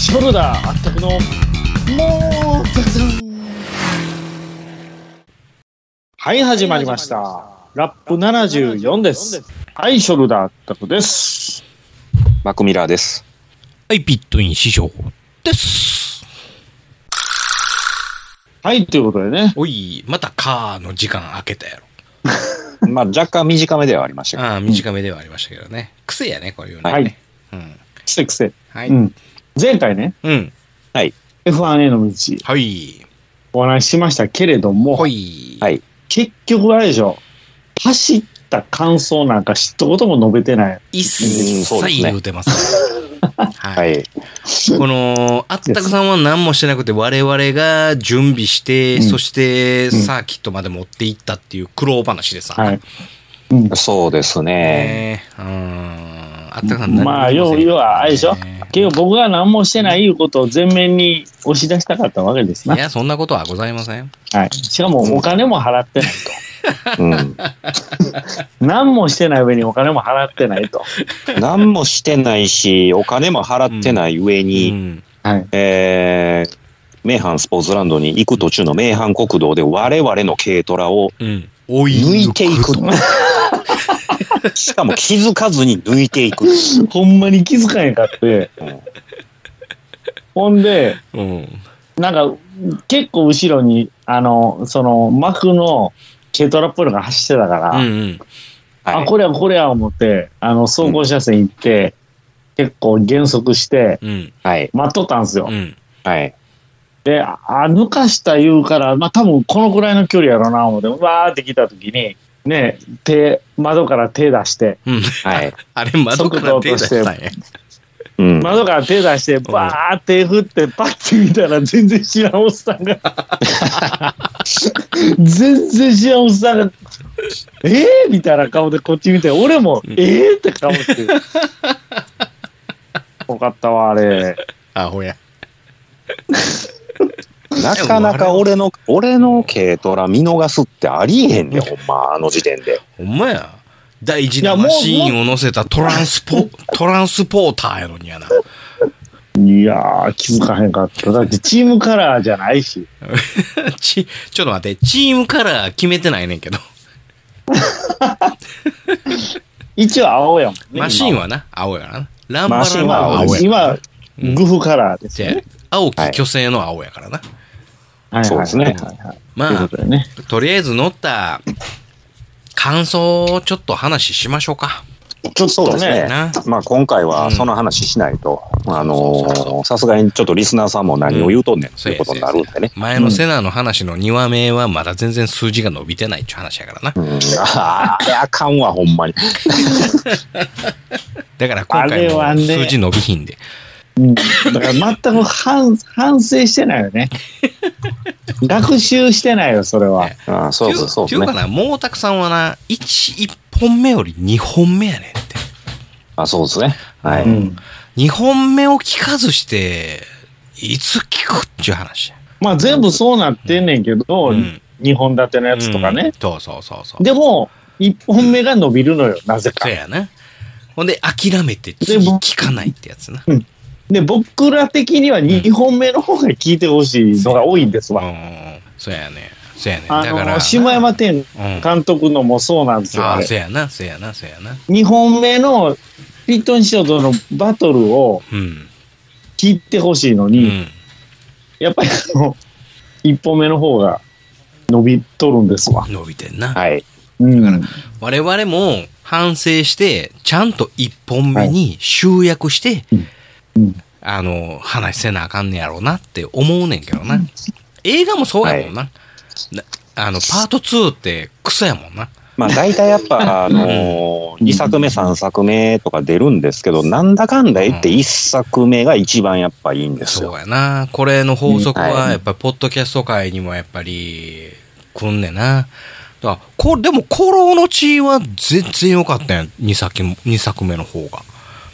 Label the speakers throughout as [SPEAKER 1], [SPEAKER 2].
[SPEAKER 1] 仕事だあったくのもう雑談はい始まりましたラップ74ですはいショルダーあったくです
[SPEAKER 2] マクミラーです。
[SPEAKER 3] はい、ピットイン師匠です。
[SPEAKER 1] はいということでね
[SPEAKER 3] おい、またカーの時間開けたやろ。
[SPEAKER 2] まあ若干短めではありましたけど。
[SPEAKER 3] ああ、短めではありましたけどね。癖やね、これ言うの
[SPEAKER 1] はい
[SPEAKER 3] ね。うん。
[SPEAKER 1] くせくせ
[SPEAKER 3] はい。
[SPEAKER 1] う
[SPEAKER 3] うん。
[SPEAKER 1] ん前回ね
[SPEAKER 3] うん。
[SPEAKER 1] F1 への道
[SPEAKER 3] はい。
[SPEAKER 1] お話ししましたけれども
[SPEAKER 3] ほい。
[SPEAKER 2] はい
[SPEAKER 1] 結局あれでしょ走った感想なんか知ったことも述べてない
[SPEAKER 3] 一
[SPEAKER 2] うんそうです
[SPEAKER 3] 切
[SPEAKER 2] ね
[SPEAKER 3] 言うてますから。
[SPEAKER 2] は
[SPEAKER 3] はい。
[SPEAKER 2] い。
[SPEAKER 3] この、あったくさんは何もしてなくて、我々が準備して、
[SPEAKER 1] うん
[SPEAKER 3] そして、
[SPEAKER 1] うん
[SPEAKER 3] サーキットまで持っていったっていう苦労話でさ。
[SPEAKER 1] はい、うん、
[SPEAKER 2] そうですね。
[SPEAKER 3] ねえ。うん。あったくさん何も
[SPEAKER 1] まあ
[SPEAKER 3] してな
[SPEAKER 1] 要
[SPEAKER 3] い
[SPEAKER 1] 要はあれでしょ
[SPEAKER 3] ねえ。
[SPEAKER 1] 結局僕が何もしてないいうことを全面に押し出したかったわけですない
[SPEAKER 3] や、そんなことはございません。
[SPEAKER 1] はい。しかもお金も払ってない
[SPEAKER 2] うん。
[SPEAKER 1] と。何もしてない上にお金も払ってないと。
[SPEAKER 2] 何もしてないし、お金も払ってない上に、
[SPEAKER 3] うん
[SPEAKER 1] はい。
[SPEAKER 2] えー、名阪スポーツランドに行く途中の名阪国道で我々の軽トラを
[SPEAKER 3] うん。追
[SPEAKER 2] 抜いていくと。しかも気づかずに抜いていく。
[SPEAKER 1] ほんまに気づかへんかって。
[SPEAKER 2] うん
[SPEAKER 1] ほんで、
[SPEAKER 3] うん。
[SPEAKER 1] なんか、結構後ろに、あの、その、幕の軽トラっぽいのが走ってたから、
[SPEAKER 3] うんうん。
[SPEAKER 1] あ、
[SPEAKER 2] はい
[SPEAKER 1] これやこれや思って、あの、走行車線行って、結構減速して、
[SPEAKER 3] うん。
[SPEAKER 2] はい。
[SPEAKER 1] 待っとったんですよ。
[SPEAKER 3] うん。
[SPEAKER 2] はい。
[SPEAKER 1] で、あ、抜かした言うから、まあ多分このぐらいの距離やろな思って、わーって来た時に、ね、手、窓から手出して、
[SPEAKER 3] うん。
[SPEAKER 2] はい。
[SPEAKER 3] あれ、窓から手出したんや。
[SPEAKER 2] うん。
[SPEAKER 1] 窓から手出して、バーって振って、パッて見たら全然知らんおっさん が、全然知らんおっさんが、えー、みたいな顔でこっち見て、俺も、えーって顔して。よかったわ、あれ。
[SPEAKER 3] あ、ほや。
[SPEAKER 2] なかなか俺の、俺の軽トラ見逃すってありえへんねほんま、あの時点で。
[SPEAKER 3] ほんまや。大事なマシーンを乗せたトランスポ、トランスポーターやのにやな。
[SPEAKER 1] いやー、気づかへんかった。だってチームカラーじゃないし。
[SPEAKER 3] ち、ちょっと待って、チームカラー決めてないねんけど。
[SPEAKER 1] 一応青やもんね。今
[SPEAKER 3] マシーンはな、青やからな。ランバ
[SPEAKER 1] マシ
[SPEAKER 3] ラ
[SPEAKER 1] ン
[SPEAKER 3] の
[SPEAKER 1] は
[SPEAKER 3] 青
[SPEAKER 1] 青
[SPEAKER 3] や。
[SPEAKER 1] 今、グフカラーです
[SPEAKER 3] じ
[SPEAKER 1] よね。
[SPEAKER 3] 青き巨星の青やからな。
[SPEAKER 1] はいはい
[SPEAKER 2] そうですね
[SPEAKER 1] はいはいはいという
[SPEAKER 3] ま
[SPEAKER 1] こ、
[SPEAKER 3] あ
[SPEAKER 1] とでね。
[SPEAKER 3] とりあえず乗った感想をちょっと話しましょうか。
[SPEAKER 2] ちょっ
[SPEAKER 1] う
[SPEAKER 2] と
[SPEAKER 1] です
[SPEAKER 2] ね
[SPEAKER 1] ね、
[SPEAKER 3] な。
[SPEAKER 2] まあ、今回はその話しないと、あの
[SPEAKER 3] そうそうそ
[SPEAKER 2] ーさすがにちょっとリスナーさんも何を言うとんねんということになるんでね。
[SPEAKER 3] 前のセナの話の2話目はまだ全然数字が伸びてないっていう話やからな。
[SPEAKER 2] うん、あーあれあかんわ、ほんまに。
[SPEAKER 3] だから今回
[SPEAKER 1] あれは
[SPEAKER 3] も
[SPEAKER 1] ね
[SPEAKER 3] 数字伸びひんで。
[SPEAKER 1] うんだから全く反反省してないよね。学習してないよ、それは。
[SPEAKER 2] あーそうそうそう
[SPEAKER 3] って
[SPEAKER 2] で
[SPEAKER 3] い
[SPEAKER 2] す
[SPEAKER 3] うか
[SPEAKER 2] ね。
[SPEAKER 3] な、毛沢さんはな、1、1本目より2本目やねんって。
[SPEAKER 2] あそうですね。は
[SPEAKER 1] う
[SPEAKER 2] い。
[SPEAKER 1] ん
[SPEAKER 3] 2本目を聞かずして、いつ聞くっていう話や。
[SPEAKER 1] まあ全部そうなってんねんけど、
[SPEAKER 3] うん
[SPEAKER 1] 2本立てのやつとか
[SPEAKER 3] う
[SPEAKER 1] ね
[SPEAKER 3] ん。そうそうそうそう。
[SPEAKER 1] でも、1本目が伸びるのよ、なぜか
[SPEAKER 3] そう。やな。ほんで、諦めて次聞かないってやつな。
[SPEAKER 1] で、僕ら的には2本目の方が聞いてほしいのが多いんです
[SPEAKER 3] うん
[SPEAKER 1] わ。。
[SPEAKER 3] そうやね。そうやね。だ
[SPEAKER 1] あ
[SPEAKER 3] からな。
[SPEAKER 1] の、下山天
[SPEAKER 3] うん。
[SPEAKER 1] 監督のもそうなんですよ。
[SPEAKER 3] あ
[SPEAKER 1] あ
[SPEAKER 3] あ、
[SPEAKER 1] れ
[SPEAKER 3] そうやな、そうやな、そうやな。
[SPEAKER 1] 2本目のピットン師匠とのバトルを
[SPEAKER 3] うん。
[SPEAKER 1] 聞いてほしいの
[SPEAKER 3] う
[SPEAKER 1] に、
[SPEAKER 3] ん。
[SPEAKER 1] やっぱりあの、1本目の方が伸びとるんですわ。
[SPEAKER 3] 伸びてんな。
[SPEAKER 2] はい。
[SPEAKER 1] うん。
[SPEAKER 3] 我々も反省して、ちゃんと一本目に集約して、
[SPEAKER 1] うんうん
[SPEAKER 3] あの、話せなあかんねやろうなって思うねんけどな。映画もそうやもんな。なあの、パート2ってクソやもんな。
[SPEAKER 2] まあ、大体やっ ぱ、あのー、2作目、3作目とか出るんですけど、なんだかんだ言って1作目が一番やっぱいいんです
[SPEAKER 3] そう
[SPEAKER 2] よ。
[SPEAKER 3] やな。これの法則
[SPEAKER 2] うんは
[SPEAKER 3] は、
[SPEAKER 2] い
[SPEAKER 3] やっぱり、ポッドキャスト界にもやっぱり、来んねんな。だからこでも、コロの血は全然良かったやん。2作も二作目の方が。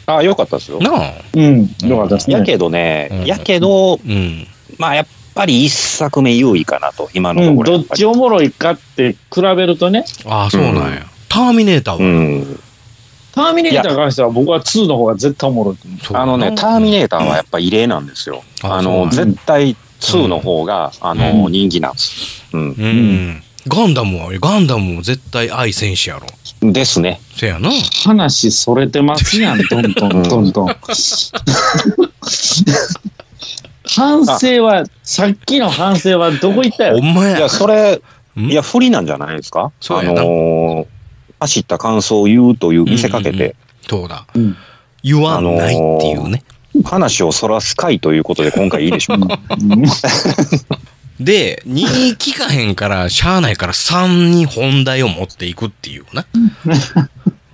[SPEAKER 2] ああ、よかったですよ。
[SPEAKER 3] なあ
[SPEAKER 1] うん。よかったですね。
[SPEAKER 2] やけどね、
[SPEAKER 3] うん
[SPEAKER 2] やけど、
[SPEAKER 3] うん。
[SPEAKER 2] まあ、やっぱり1作目優位かなと、今の
[SPEAKER 1] う
[SPEAKER 2] と
[SPEAKER 1] ん、
[SPEAKER 2] ころ。
[SPEAKER 1] どっちおもろいかって比べるとね、
[SPEAKER 3] ああ、そうなんや。ターミネーターは
[SPEAKER 2] うん。
[SPEAKER 1] ターミネーターに関しては僕は2の方が絶対おもろいと思う。
[SPEAKER 3] そう
[SPEAKER 2] あのね、ターミネーターはやっぱ異例なんですよ。
[SPEAKER 3] あ
[SPEAKER 2] あ
[SPEAKER 3] そう
[SPEAKER 2] の、
[SPEAKER 3] なん
[SPEAKER 1] や
[SPEAKER 2] 絶対2の方が、あ
[SPEAKER 1] う
[SPEAKER 2] の、
[SPEAKER 1] ん
[SPEAKER 2] 人気なんです。うん。
[SPEAKER 3] うん、ガンダムはガンダムも絶対愛戦士やろ
[SPEAKER 2] ですね。
[SPEAKER 3] せやな
[SPEAKER 1] 話それてますやん、どん どんどんどん。反省は、さっきの反省はどこ行った
[SPEAKER 3] ほ
[SPEAKER 1] よ。
[SPEAKER 3] んま
[SPEAKER 2] い
[SPEAKER 3] や
[SPEAKER 2] や、それ、
[SPEAKER 3] うん
[SPEAKER 2] いや、不利なんじゃないですか
[SPEAKER 3] そう
[SPEAKER 2] あ
[SPEAKER 3] やな
[SPEAKER 2] のー、走った感想を言うという見せかけ
[SPEAKER 3] うんうん
[SPEAKER 2] て、
[SPEAKER 3] そうだ
[SPEAKER 1] うん
[SPEAKER 3] 言わないっていうね、
[SPEAKER 2] 話をそらす回ということで今回いいでしょう か。
[SPEAKER 3] で2聞かへんからしゃあないから3に本題を持っていくっていうな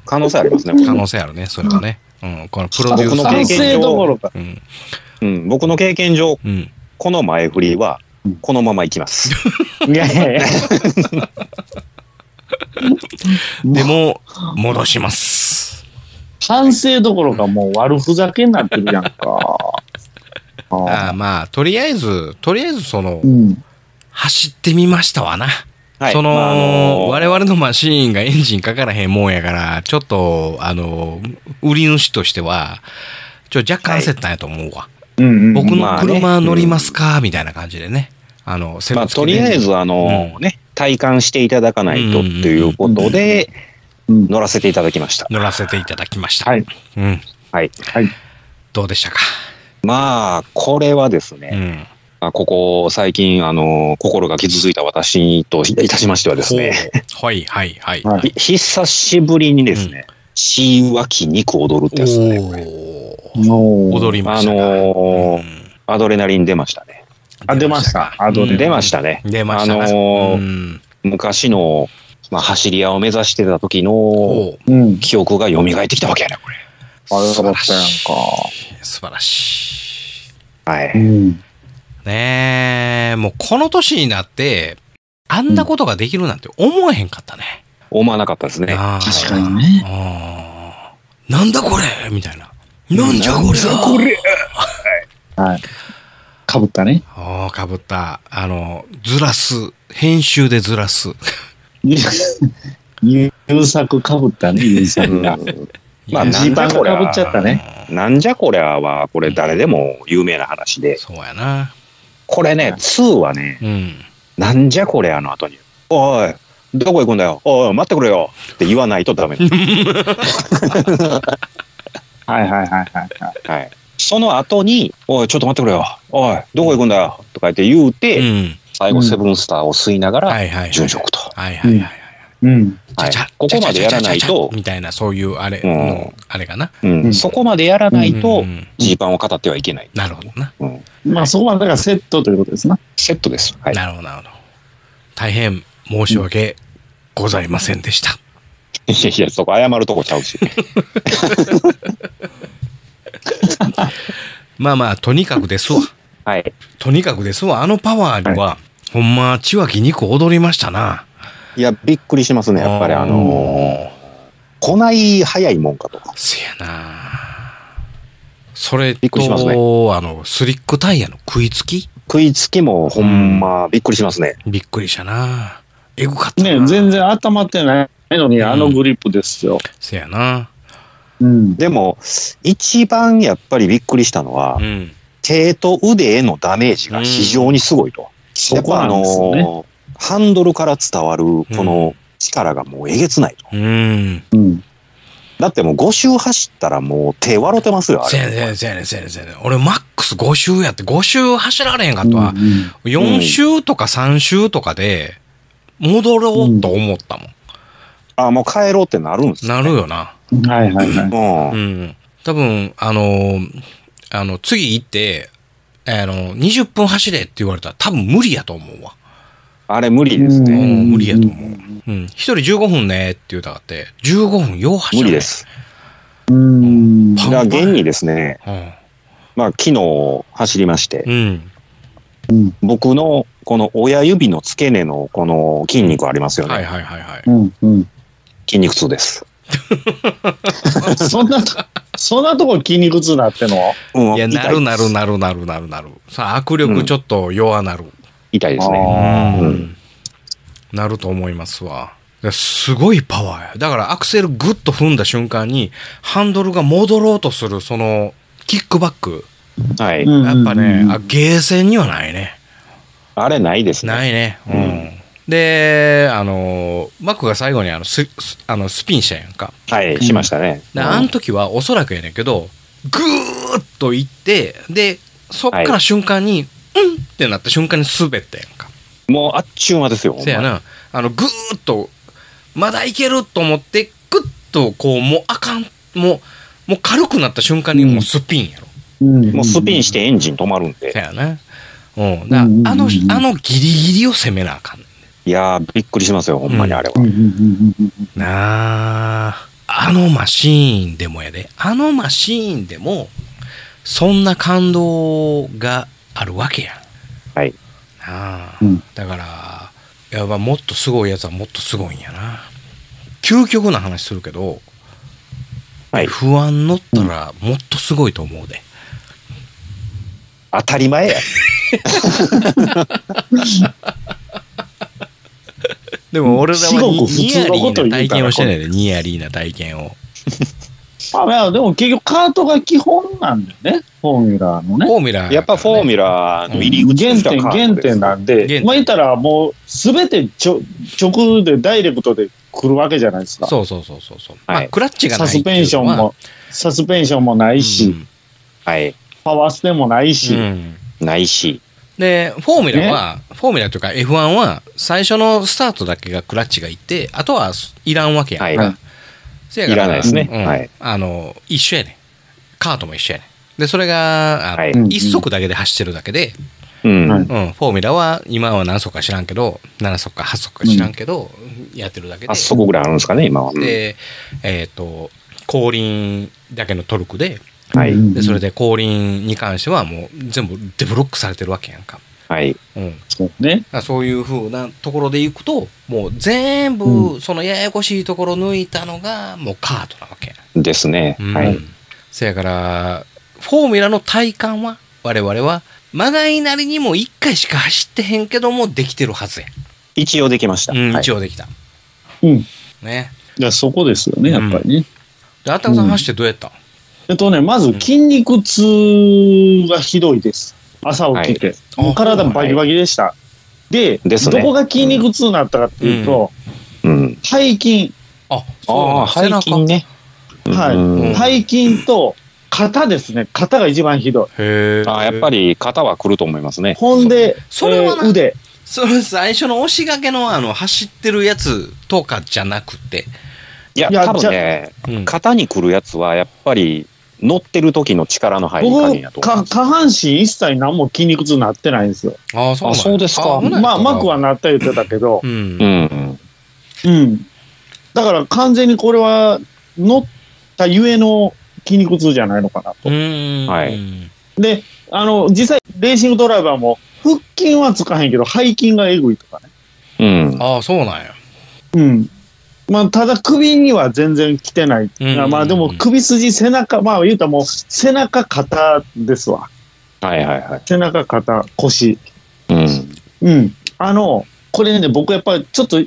[SPEAKER 2] 可能性ありますね、これ
[SPEAKER 3] 可能性あるねそれはね、うん、このプロデュー
[SPEAKER 2] 僕の
[SPEAKER 3] サ
[SPEAKER 2] 経
[SPEAKER 1] 反
[SPEAKER 2] 験
[SPEAKER 3] ー
[SPEAKER 1] 省どころか。
[SPEAKER 3] うん
[SPEAKER 2] うん、僕の経験上、
[SPEAKER 3] うん
[SPEAKER 2] この前振りは、このまま行きます。
[SPEAKER 1] いやいやいや。
[SPEAKER 3] でも戻します
[SPEAKER 1] 反省どころかもう悪ふざけになってるや んか。
[SPEAKER 3] ああまあとりあえずとりあえずその、
[SPEAKER 1] うん。
[SPEAKER 3] 走ってみましたわな、
[SPEAKER 2] はい
[SPEAKER 3] その、
[SPEAKER 2] まああのー
[SPEAKER 3] 我々のマシーンがエンジンかからへんもんやからちょっとあの売り主としてはちょ若干焦ったんやと思うわ、
[SPEAKER 1] うんうん。
[SPEAKER 2] ま
[SPEAKER 3] 僕の
[SPEAKER 2] あね
[SPEAKER 3] 車乗りますか、みたいな感じでねあのセ
[SPEAKER 2] まあ、とりあえず、あの
[SPEAKER 3] う
[SPEAKER 2] ね、体感していただかないとっていうことで、
[SPEAKER 1] うん
[SPEAKER 2] 乗らせていただきました。
[SPEAKER 3] 乗らせていただきました、
[SPEAKER 1] はい。
[SPEAKER 3] うん
[SPEAKER 2] はい。
[SPEAKER 1] はい。
[SPEAKER 3] どうでしたか、
[SPEAKER 2] まあ、これはです
[SPEAKER 3] う
[SPEAKER 2] ね、
[SPEAKER 3] ん
[SPEAKER 2] まあここ最近、あの、心が傷ついた私といたしましてはですね、
[SPEAKER 3] ほうはいはいはい、
[SPEAKER 1] はい
[SPEAKER 2] ひ久しぶりにですね、血脇肉踊るってやつね。これ
[SPEAKER 3] お
[SPEAKER 1] も
[SPEAKER 3] お
[SPEAKER 1] う
[SPEAKER 3] 踊りま
[SPEAKER 2] あ
[SPEAKER 3] した
[SPEAKER 2] の
[SPEAKER 3] が
[SPEAKER 2] ー
[SPEAKER 3] うん
[SPEAKER 2] アドレナリン出ましたね。
[SPEAKER 1] あ、出ました。あ、ど
[SPEAKER 3] う
[SPEAKER 1] うん
[SPEAKER 2] 出
[SPEAKER 1] で
[SPEAKER 2] ましたね。
[SPEAKER 3] 出ましたな
[SPEAKER 2] あのー
[SPEAKER 3] うん
[SPEAKER 2] 昔の、まあ、走り屋を目指してた時の
[SPEAKER 3] おう
[SPEAKER 1] うん。
[SPEAKER 2] 記憶が蘇ってきたわけやね、これ。
[SPEAKER 1] あれだったやん
[SPEAKER 3] 素晴らしい
[SPEAKER 2] は
[SPEAKER 1] か。う
[SPEAKER 2] い。
[SPEAKER 1] ん。
[SPEAKER 3] ねえ、もうこの年になって、あんなことができるなんて思えへんかったね。
[SPEAKER 2] 思わなかったですね。
[SPEAKER 3] あー
[SPEAKER 1] 確かにね。
[SPEAKER 3] あーなんだこれみたいな。なんじゃこれ
[SPEAKER 1] これはい。かぶったね。
[SPEAKER 3] ああ、かぶった。あの、ずらす。編集でずらす。
[SPEAKER 1] 優作かぶったね、優作が。
[SPEAKER 2] まあ
[SPEAKER 3] いや
[SPEAKER 1] ジーパンがかぶっちゃったね。
[SPEAKER 2] なんじゃこりゃは、これ誰でも有名な話で、
[SPEAKER 3] そうやな。
[SPEAKER 2] これね、2はね、
[SPEAKER 3] うん。
[SPEAKER 2] なんじゃこりゃの後に、おい、どこ行くんだよ、おい、待ってくれよって言わないとダ メ。
[SPEAKER 1] はいはいはいはいはい。
[SPEAKER 2] はい。その後に、おい、ちょっと待ってくれよ、おい、どこ行くんだよとか言って言う
[SPEAKER 3] う
[SPEAKER 2] て、
[SPEAKER 3] ん。
[SPEAKER 2] 最後、セブンスターを吸いなが
[SPEAKER 3] は
[SPEAKER 2] ら、
[SPEAKER 3] いはいはい。
[SPEAKER 2] 殉職と。
[SPEAKER 3] はいはいはい。
[SPEAKER 1] うん。
[SPEAKER 2] はい
[SPEAKER 3] ちゃちゃ
[SPEAKER 2] ここまでやらないと
[SPEAKER 3] ちゃちゃちゃちゃみたいな、そういうあれの、あれかな。
[SPEAKER 2] うん
[SPEAKER 1] うん
[SPEAKER 2] そこまでやらない
[SPEAKER 3] うん
[SPEAKER 2] と
[SPEAKER 3] うんう、ん
[SPEAKER 2] ジーパンを語ってはいけない。
[SPEAKER 3] なるほどな。
[SPEAKER 2] うん
[SPEAKER 1] まあそこはだからセットということですな。
[SPEAKER 2] セットです。はい。
[SPEAKER 3] なるほど、なるほど。大変申し訳ございませんでした。
[SPEAKER 2] いやいや、そこ謝るとこちゃ うし。
[SPEAKER 3] まあまあ、とにかくですわ。
[SPEAKER 2] はい。
[SPEAKER 3] とにかくですわ。あのパワーには、ほんま、千脇肉踊りましたな。
[SPEAKER 2] いや、びっくりしますね、やっぱり、あのー、来ない早いもんかと。
[SPEAKER 3] せやなそれ
[SPEAKER 2] びっくりしますね
[SPEAKER 3] と、あの、スリックタイヤの食いつき
[SPEAKER 2] 食いつきもほんまびっくりしますね。
[SPEAKER 3] びっくりしたなえぐかったな。
[SPEAKER 1] ね全然温まってないのに、あのグリップですよ。
[SPEAKER 3] せやな
[SPEAKER 1] うん。
[SPEAKER 2] でも、一番やっぱりびっくりしたのは、
[SPEAKER 3] うん。
[SPEAKER 2] 手と腕へのダメージが非常にすごいと。
[SPEAKER 1] そ
[SPEAKER 2] やっ
[SPEAKER 1] こ
[SPEAKER 2] ぱあ
[SPEAKER 1] なんですよね。
[SPEAKER 2] のーハンドルから伝わるこの力がもうえげつないと。
[SPEAKER 3] うん。
[SPEAKER 1] うん。
[SPEAKER 2] だってもう5周走ったらもう手笑ってますよ、あ
[SPEAKER 3] せや
[SPEAKER 2] れ。
[SPEAKER 3] ねんせやねんせやねんせやねん俺、マックス5周やって、5周走られへんかったわ
[SPEAKER 1] う。ん
[SPEAKER 3] 4周とか3周とかで、戻ろうと思ったもん。
[SPEAKER 2] あ、もう帰ろうってなるんですよ。
[SPEAKER 3] なるよな。
[SPEAKER 1] うんはいはいはい。
[SPEAKER 2] も
[SPEAKER 3] う。
[SPEAKER 2] うん
[SPEAKER 3] 多分、あのーあの、次行って、あの、20分走れって言われたら多分無理やと思うわ。
[SPEAKER 2] あれ無理です
[SPEAKER 3] う
[SPEAKER 2] ね。
[SPEAKER 3] ん、無理やと思う。うん。一人15分ねって言うたかって、15分よう走
[SPEAKER 2] 無
[SPEAKER 3] る、
[SPEAKER 2] 理で。す。
[SPEAKER 1] うん。
[SPEAKER 2] だから現にですね、
[SPEAKER 3] うん。
[SPEAKER 2] まあ昨日走りまして、
[SPEAKER 3] うん。
[SPEAKER 1] うん。
[SPEAKER 2] 僕のこの親指の付け根のこの筋肉ありますよね。
[SPEAKER 3] はいはいはいはい。
[SPEAKER 1] うん。うん。
[SPEAKER 2] 筋肉痛です。
[SPEAKER 1] そんなと、そんなとこ筋肉痛なってんの
[SPEAKER 2] うん
[SPEAKER 3] いや、
[SPEAKER 2] 痛
[SPEAKER 3] なるなる
[SPEAKER 2] です
[SPEAKER 3] なるなるなるなる。さあ、握力ちょっと弱なる。
[SPEAKER 2] 痛いですね。
[SPEAKER 1] あ
[SPEAKER 3] う
[SPEAKER 2] うん
[SPEAKER 3] ん。なると思いますわ。やすごいパワーや。だからアクセルグッと踏んだ瞬間に、ハンドルが戻ろうとする、その、キックバック。
[SPEAKER 2] はい。
[SPEAKER 1] うん
[SPEAKER 3] やっぱね、
[SPEAKER 1] うん
[SPEAKER 3] あゲーセンにはないね。
[SPEAKER 2] あれないですね。
[SPEAKER 3] ないね。うん。
[SPEAKER 2] うん
[SPEAKER 3] で、あの、マックが最後にあのススあのスピンしたやんか。
[SPEAKER 2] はい、しましたね。
[SPEAKER 3] で、あの時はおそらくやねんけど、ぐーっと行って、で、そっから瞬間に、うんってなった瞬間に滑ったやんか。
[SPEAKER 2] もうあっちゅう間ですよ。
[SPEAKER 3] せやな、あの、ぐーっと、まだいけると思って、ぐっと、こう、もうあかん、もう、もう軽くなった瞬間にもうスピンやろ。
[SPEAKER 1] うん
[SPEAKER 2] もうスピンしてエンジン止まるん
[SPEAKER 3] せ
[SPEAKER 2] で。
[SPEAKER 3] やな。うん。だからあ
[SPEAKER 1] うんうんうんうん
[SPEAKER 3] の、あのギリギリを攻めなあかんね
[SPEAKER 2] いやー、びっくりしますよ、ほんまにあれは。
[SPEAKER 1] うんうんうんうん
[SPEAKER 3] ん。なあ。あのマシーンでもやで。あのマシーンでも、そんな感動があるわけやん。
[SPEAKER 2] はい。
[SPEAKER 3] なあ。
[SPEAKER 1] うん
[SPEAKER 3] だから、やっぱもっとすごいやつはもっとすごいんやな。究極な話するけど、
[SPEAKER 2] はい。
[SPEAKER 3] 不安乗ったらもっとすごいと思うで。
[SPEAKER 2] 当たり前や。
[SPEAKER 3] でも俺らは
[SPEAKER 1] 至極
[SPEAKER 3] ニ
[SPEAKER 1] 普
[SPEAKER 3] ニア
[SPEAKER 1] 通の
[SPEAKER 3] リ
[SPEAKER 1] こ
[SPEAKER 3] ー
[SPEAKER 1] と
[SPEAKER 3] な
[SPEAKER 1] 言
[SPEAKER 3] 体
[SPEAKER 1] うから
[SPEAKER 3] 験をしてないで、ニアリーな体験を。
[SPEAKER 1] まあまあでも結局カートが基本なんだよね、フォーミュラーのね。
[SPEAKER 3] フォーミュラー、
[SPEAKER 2] やっぱフォーミュラーの入り口
[SPEAKER 1] 原点、
[SPEAKER 2] が
[SPEAKER 1] 原点なんで、
[SPEAKER 3] 原点
[SPEAKER 1] まあ言ったらもうすべてちょ直でダイレクトで来るわけじゃないですか。
[SPEAKER 3] そうそうそうそうそう。ま
[SPEAKER 2] は
[SPEAKER 3] あ
[SPEAKER 2] い
[SPEAKER 3] クラッチがない
[SPEAKER 1] サ
[SPEAKER 3] ってい
[SPEAKER 1] ス
[SPEAKER 3] うのは
[SPEAKER 1] ペンションも、サスペンションもないし、
[SPEAKER 3] うん
[SPEAKER 2] はい。
[SPEAKER 1] パワーステもないし、
[SPEAKER 3] うん
[SPEAKER 2] ないし。
[SPEAKER 3] で、フォーミュラーは、フォーミュラーというか F1 は最初のスタートだけがクラッチがいて、あとはいらんわけやんか。
[SPEAKER 2] はい
[SPEAKER 3] せやから
[SPEAKER 2] いらないですね
[SPEAKER 3] うん
[SPEAKER 2] はい
[SPEAKER 3] あの、一緒やねん。カートも一緒やねん。で、それが、あの
[SPEAKER 2] はい
[SPEAKER 1] うん
[SPEAKER 3] 一足だけで走ってるだけで、
[SPEAKER 2] うん。
[SPEAKER 1] はい
[SPEAKER 3] うん、フォーミュラは今は何足か知らんけど7足か8足か知らんけど、やってるだけで
[SPEAKER 2] あそこぐらいあるんですかね、今は。うん
[SPEAKER 3] で、えっと後輪だけのトルクで
[SPEAKER 2] はい。
[SPEAKER 3] でそれで後輪に関してはもう全部デブロックされてるわけやんか,、
[SPEAKER 2] はい。
[SPEAKER 3] うん、だか
[SPEAKER 1] そうね。
[SPEAKER 3] らそういうふうなところでいくともう全
[SPEAKER 1] う
[SPEAKER 3] 部そのややこしいところ抜いたのがもうカートなわけや、
[SPEAKER 2] ですね。
[SPEAKER 3] うん
[SPEAKER 2] はい。
[SPEAKER 3] せやからフォーミュラの体感は我々はまだいなりにも1回しか走ってへんけどもできてるはずや
[SPEAKER 2] 一応できました。
[SPEAKER 3] うん、
[SPEAKER 2] はい
[SPEAKER 3] 一応できた。
[SPEAKER 1] うん。
[SPEAKER 3] ね。
[SPEAKER 1] いや、そこですよね、やっぱりね。
[SPEAKER 3] で、あったこさん走ってどうやった、
[SPEAKER 1] えっとね、まず筋肉痛がひどいです。朝起きて。
[SPEAKER 3] はい
[SPEAKER 1] もう体バキバキでした。で
[SPEAKER 2] ですね
[SPEAKER 1] どこが筋肉痛になったかっていうと、
[SPEAKER 2] うん。
[SPEAKER 1] 背筋、
[SPEAKER 3] あ、
[SPEAKER 2] ああ、
[SPEAKER 3] そうなんだ
[SPEAKER 2] 背筋。ね。
[SPEAKER 1] はい
[SPEAKER 2] うん
[SPEAKER 1] 背筋と肩ですね。肩が一番ひどい。
[SPEAKER 3] 背中へえ。
[SPEAKER 2] ああ、やっぱ。り肩は来ると思いますね。
[SPEAKER 1] ほんで、
[SPEAKER 3] それはな
[SPEAKER 1] えー腕。
[SPEAKER 3] その最初の押しがけのあの、走ってるやつとかじゃなくて。
[SPEAKER 2] いや、
[SPEAKER 1] いや
[SPEAKER 2] 多分ね、
[SPEAKER 3] うん
[SPEAKER 2] 肩に来るやつは、やっぱり、乗ってる時の力の入り加減やと
[SPEAKER 1] 僕
[SPEAKER 2] 思い
[SPEAKER 1] か、
[SPEAKER 2] ます。
[SPEAKER 1] 下半身一切何も筋肉痛になってないんですよ。
[SPEAKER 3] ああ、そうなん
[SPEAKER 2] あ
[SPEAKER 3] や
[SPEAKER 2] そうですか
[SPEAKER 3] あ危ない
[SPEAKER 1] まあ、マクは
[SPEAKER 3] な。
[SPEAKER 1] なった言ってたけど
[SPEAKER 3] う、ん
[SPEAKER 2] う。ん。
[SPEAKER 1] うん。だから完全にこれは乗ったゆえの筋肉痛じゃないのかなと
[SPEAKER 3] う。ん。
[SPEAKER 2] はい
[SPEAKER 1] で、あの、実際、レーシングドライバーも、腹筋はつかへんけど、背筋がえぐいとかね。
[SPEAKER 2] うん。
[SPEAKER 3] ああ、そうなんや。
[SPEAKER 1] うん。まあ、ただ首には全然来てない。
[SPEAKER 3] うん
[SPEAKER 1] まあ、でも首筋、背中、まあ、言うたらもう、背中、肩ですわ。
[SPEAKER 2] はいはいはい。
[SPEAKER 1] 背中、肩、腰。
[SPEAKER 2] うん。
[SPEAKER 1] うん。あの、これね、僕やっぱりちょっと、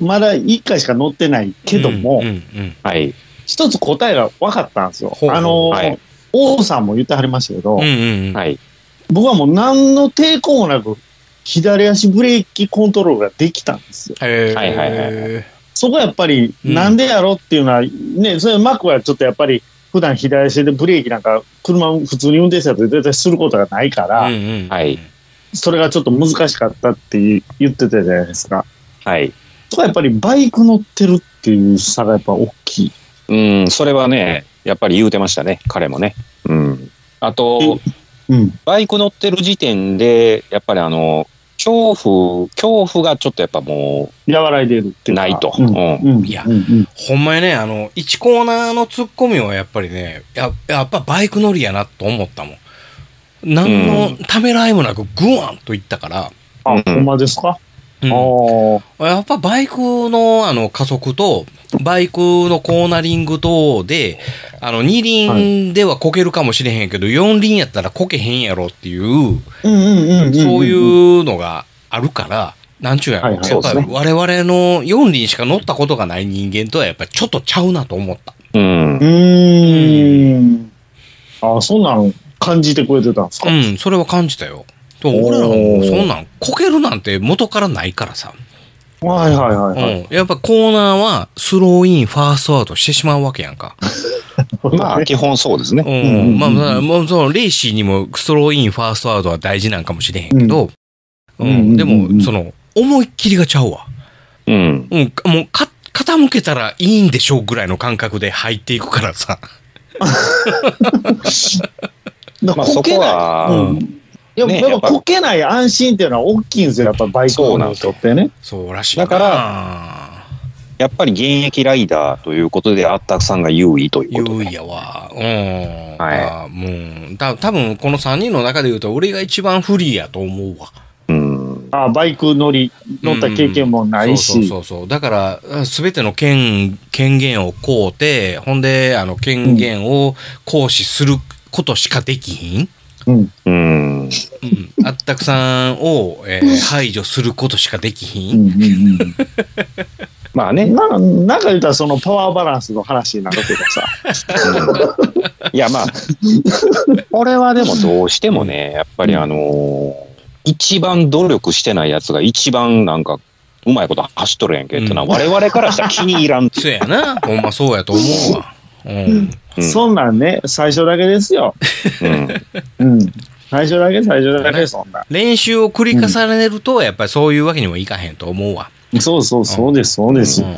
[SPEAKER 1] まだ1回しか乗ってないけども、
[SPEAKER 3] うんうん。
[SPEAKER 2] はい。
[SPEAKER 1] 一つ答えが分かったんですよ
[SPEAKER 3] ほう。ほう
[SPEAKER 1] あの、
[SPEAKER 2] はい
[SPEAKER 1] 王さんも言ってはりましたけど、
[SPEAKER 3] うんうんうん。
[SPEAKER 2] はい。
[SPEAKER 1] 僕はもう何の抵抗もなく、左足ブレーキコントロールができたんですよ。
[SPEAKER 3] へえ。
[SPEAKER 2] はいはいはい
[SPEAKER 3] はい。
[SPEAKER 1] そこはやっぱり、
[SPEAKER 3] うん
[SPEAKER 1] なんでやろっていうのは、ね、それマックはちょっとやっぱり、普段左足でブレーキなんか、車を普通に運転したと絶対することがないから、
[SPEAKER 3] うんうん。
[SPEAKER 2] はい。
[SPEAKER 1] それがちょっと難しかったって言ってたじゃないですか。
[SPEAKER 2] はい。
[SPEAKER 1] そこはやっぱりバイク乗ってるっていう差がやっぱ大きい。
[SPEAKER 2] うん、それはね、やっぱり言うてましたね、彼もね。うん。あと、
[SPEAKER 1] うん。
[SPEAKER 2] バイク乗ってる時点で、やっぱりあの、恐怖、恐怖がちょっとやっぱも
[SPEAKER 1] 和らいでるってい
[SPEAKER 2] う、
[SPEAKER 1] うか。
[SPEAKER 2] ないと。
[SPEAKER 1] う。
[SPEAKER 2] うんん。
[SPEAKER 1] うん
[SPEAKER 3] いや
[SPEAKER 1] うんうん
[SPEAKER 3] ほんまにね、あの、1コーナーのツッコミはやっぱりね、ややっぱバイク乗りやなと思ったもん。何のためらいもなくグワンといったから、
[SPEAKER 1] あ、
[SPEAKER 2] うん
[SPEAKER 1] ほんまですか、
[SPEAKER 3] うん
[SPEAKER 1] あー
[SPEAKER 3] やっぱバイクのあの加速と、バイクのコーナリング等で、あの2輪ではこけるかもしれへんけど、4輪やったらこけへんやろっていう、
[SPEAKER 1] うんうんうんうんうん。
[SPEAKER 3] そういうのがあるから、なんちゅうやろ、
[SPEAKER 1] はいはい
[SPEAKER 3] やっぱ
[SPEAKER 2] そう
[SPEAKER 3] り
[SPEAKER 2] です
[SPEAKER 3] 我々の4輪しか乗ったことがない人間とはやっぱりちょっとちゃうなと思った。
[SPEAKER 2] う
[SPEAKER 1] う。
[SPEAKER 2] ん
[SPEAKER 1] ーん。あ、そんなん感じてくれてたんですか、
[SPEAKER 3] うん、それは感じたよ。でも俺ら
[SPEAKER 1] お
[SPEAKER 3] も
[SPEAKER 1] ー
[SPEAKER 3] そんなん、こけるなんて元からないからさ。
[SPEAKER 1] はいはいはいはい。
[SPEAKER 3] うん。やっぱコーナーはスローイン、ファーストアウトしてしまうわけやんか。
[SPEAKER 2] まあ、基本そうです
[SPEAKER 3] う
[SPEAKER 2] ね。
[SPEAKER 3] ん。
[SPEAKER 1] うん
[SPEAKER 3] まあまあ、もうそのレイシーにもスローイン、ファーストアウトは大事なんかもしれへんけど、う
[SPEAKER 1] うん
[SPEAKER 3] ん。
[SPEAKER 1] うん
[SPEAKER 3] で
[SPEAKER 1] うんうん
[SPEAKER 3] も、その、思いっきりがちゃうわ。
[SPEAKER 2] うん。
[SPEAKER 3] うん。もうか、傾けたらいいんでしょうぐらいの感覚で入っていくからさ。
[SPEAKER 1] だか
[SPEAKER 2] ま
[SPEAKER 1] ら
[SPEAKER 2] あ、そ
[SPEAKER 1] こけ
[SPEAKER 2] こ
[SPEAKER 1] ない。
[SPEAKER 2] は、
[SPEAKER 1] うんいや
[SPEAKER 2] ね
[SPEAKER 1] や
[SPEAKER 2] や
[SPEAKER 1] っ
[SPEAKER 2] っ
[SPEAKER 1] ぱ
[SPEAKER 2] ぱ
[SPEAKER 1] こけない安心っていうのは大きいんですよ、やっぱバイク
[SPEAKER 2] そうな
[SPEAKER 1] の
[SPEAKER 2] んです
[SPEAKER 1] 人
[SPEAKER 2] よ
[SPEAKER 1] ってね。
[SPEAKER 3] そうらしい
[SPEAKER 2] だから
[SPEAKER 3] ら、
[SPEAKER 2] やっぱり現役ライダーということで、あったくさんが優位ということ
[SPEAKER 3] 優
[SPEAKER 2] で。
[SPEAKER 3] 位やわ。うん。
[SPEAKER 2] はい
[SPEAKER 3] あーもう、た多分この3人の中で言うと、俺が一番不利やと思うわ。
[SPEAKER 2] うん。
[SPEAKER 1] あバイク乗り、乗った経験もないし。
[SPEAKER 3] そうそうそうそう。だから、すべての権、権限をこうて、ほんで、あの、権限を行使することしかできひん。
[SPEAKER 1] うん
[SPEAKER 2] うん。
[SPEAKER 3] うん。あったくさんを、えー排除することしかできひ。
[SPEAKER 1] うんんうんうん
[SPEAKER 2] まあね、
[SPEAKER 1] ななんか言ったらそのパワーバランスの話になるけど さ。
[SPEAKER 2] いや、まあ、これはでもどうしてもね、やっぱりあのー一番努力してないやつが一番なんか、うまいこと走っとるやんけってのは、
[SPEAKER 3] うん
[SPEAKER 2] 我々からしたら気に入ら ん。
[SPEAKER 3] そうやな。ほんまそうやと思うわ。うん。
[SPEAKER 2] うん
[SPEAKER 1] そんなんね、最初だけですよ。
[SPEAKER 2] うん
[SPEAKER 1] うん。最初だけ、最初だけ、そんな。
[SPEAKER 3] 練習を繰り重ねると、やっぱりそういうわけにもいかへんと思うわ。
[SPEAKER 1] そうそう、そうです、そうです。
[SPEAKER 3] うん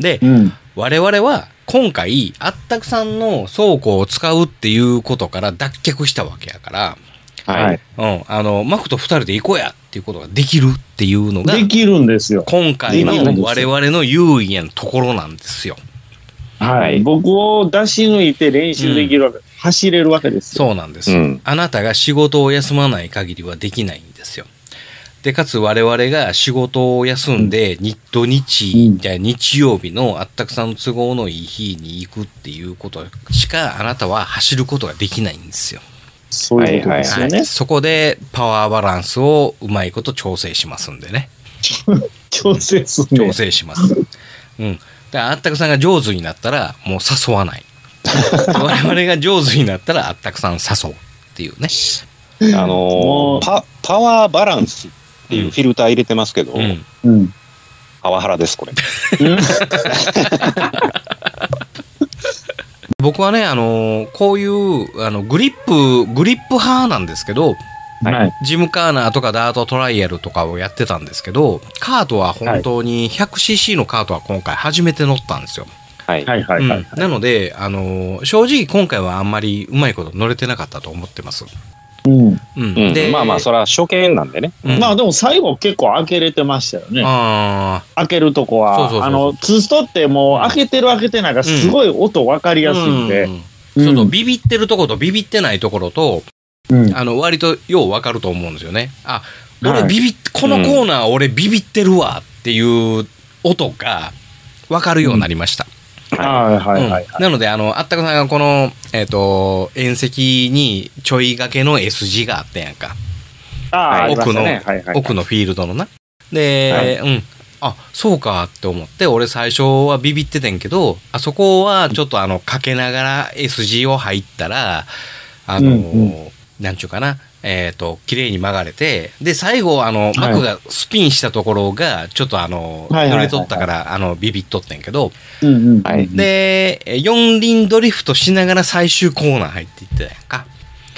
[SPEAKER 3] で、
[SPEAKER 1] うん。
[SPEAKER 3] 我々は今回、あったくさんの倉庫を使うっていうことから脱却したわけやから、
[SPEAKER 2] は
[SPEAKER 1] はいい。
[SPEAKER 3] うん、あの、マクと二人で行こうやっていうことができるっていうのが、
[SPEAKER 1] できるんですよ。
[SPEAKER 3] 今回
[SPEAKER 1] できるんです
[SPEAKER 3] の
[SPEAKER 1] よ
[SPEAKER 3] 我々の優位なところなんですよ。
[SPEAKER 1] は
[SPEAKER 2] はい
[SPEAKER 1] い。僕を出し抜いて練習できるわけ、走れるわけですよ。
[SPEAKER 3] そうなんです、
[SPEAKER 2] うん
[SPEAKER 3] あなたが仕事を休まない限りはできないんですよ。で、かつ我々が仕事を休んで、日土日、
[SPEAKER 1] うん
[SPEAKER 3] じゃあ日曜日のあったくさんの都合のいい日に行くっていうことしかあなたは走ることができないんですよ。
[SPEAKER 1] そういうことですよ
[SPEAKER 3] は
[SPEAKER 1] ね
[SPEAKER 3] い、。そこでパワーバランスをうまいこと調整しますんでね。
[SPEAKER 1] 調整する
[SPEAKER 3] 調
[SPEAKER 1] ね。
[SPEAKER 3] 整し ます。うん。だからあったくさんが上手になったら、もう誘 わない。我々が上手になったら、あったくさん誘うっていうね。
[SPEAKER 2] あ
[SPEAKER 1] も
[SPEAKER 2] の
[SPEAKER 1] う
[SPEAKER 2] ーパ、パワーバランスっていうフィルター入れてますけど、
[SPEAKER 3] うん。
[SPEAKER 1] うん。
[SPEAKER 2] パワハラです、これ。
[SPEAKER 3] 僕はね、あのーこういう、あの、グリップ、グリップ派なんですけど、
[SPEAKER 1] はい。
[SPEAKER 3] ジムカーナーとかダートトライアルとかをやってたんですけど、カートは本当に 100cc のカートは今回初めて乗ったんですよ。
[SPEAKER 2] はい。
[SPEAKER 1] はいはいはい。
[SPEAKER 3] うんなので、あのー正直今回はあんまりうまいこと乗れてなかったと思ってます。
[SPEAKER 1] うん。
[SPEAKER 3] うん。
[SPEAKER 2] うん
[SPEAKER 3] で、
[SPEAKER 2] まあまあ、それは初見なんでね。
[SPEAKER 3] うん
[SPEAKER 1] まあでも最後結構開けれてましたよね。
[SPEAKER 3] あ
[SPEAKER 1] 開けるとこ
[SPEAKER 3] そうそうそう
[SPEAKER 1] は。
[SPEAKER 3] そう
[SPEAKER 1] あの、ツーストってもう開けてる開けてないがすごい音分かりやすいんで
[SPEAKER 3] う。ん
[SPEAKER 1] うん
[SPEAKER 3] そのビビってるところとビビってないところと、
[SPEAKER 1] うん。
[SPEAKER 3] あの割とようわかると思うんですよね。あ、俺
[SPEAKER 1] はい
[SPEAKER 3] ビビっ、このコーナー俺ビビってるわっていう音がわかるようになりました。
[SPEAKER 1] はいはいはいはい。
[SPEAKER 3] うんなので、あの、あったくさんがこの、えっ、と、縁石にちょいがけの S 字があったやんか。
[SPEAKER 1] ああー、
[SPEAKER 3] 奥の、
[SPEAKER 1] ありましたねはいはい
[SPEAKER 3] 奥のフィールドのな。で、うん。あ、そうかって思って、俺最初はビビっててんけど、あそこはちょっとあの、かけながら S 字を入ったら、あの、
[SPEAKER 1] うん
[SPEAKER 3] なんちゅうかな、えっ、と、綺麗に曲がれて、で、最後、あの、マクがスピンしたところが、ちょっとあの、
[SPEAKER 1] はいはいはい
[SPEAKER 3] 濡
[SPEAKER 1] はい
[SPEAKER 3] れとったから、あの、ビビっとってんけど、
[SPEAKER 1] うんうん。
[SPEAKER 2] はい
[SPEAKER 3] で、え四輪ドリフトしながら最終コーナー入っていったやんか。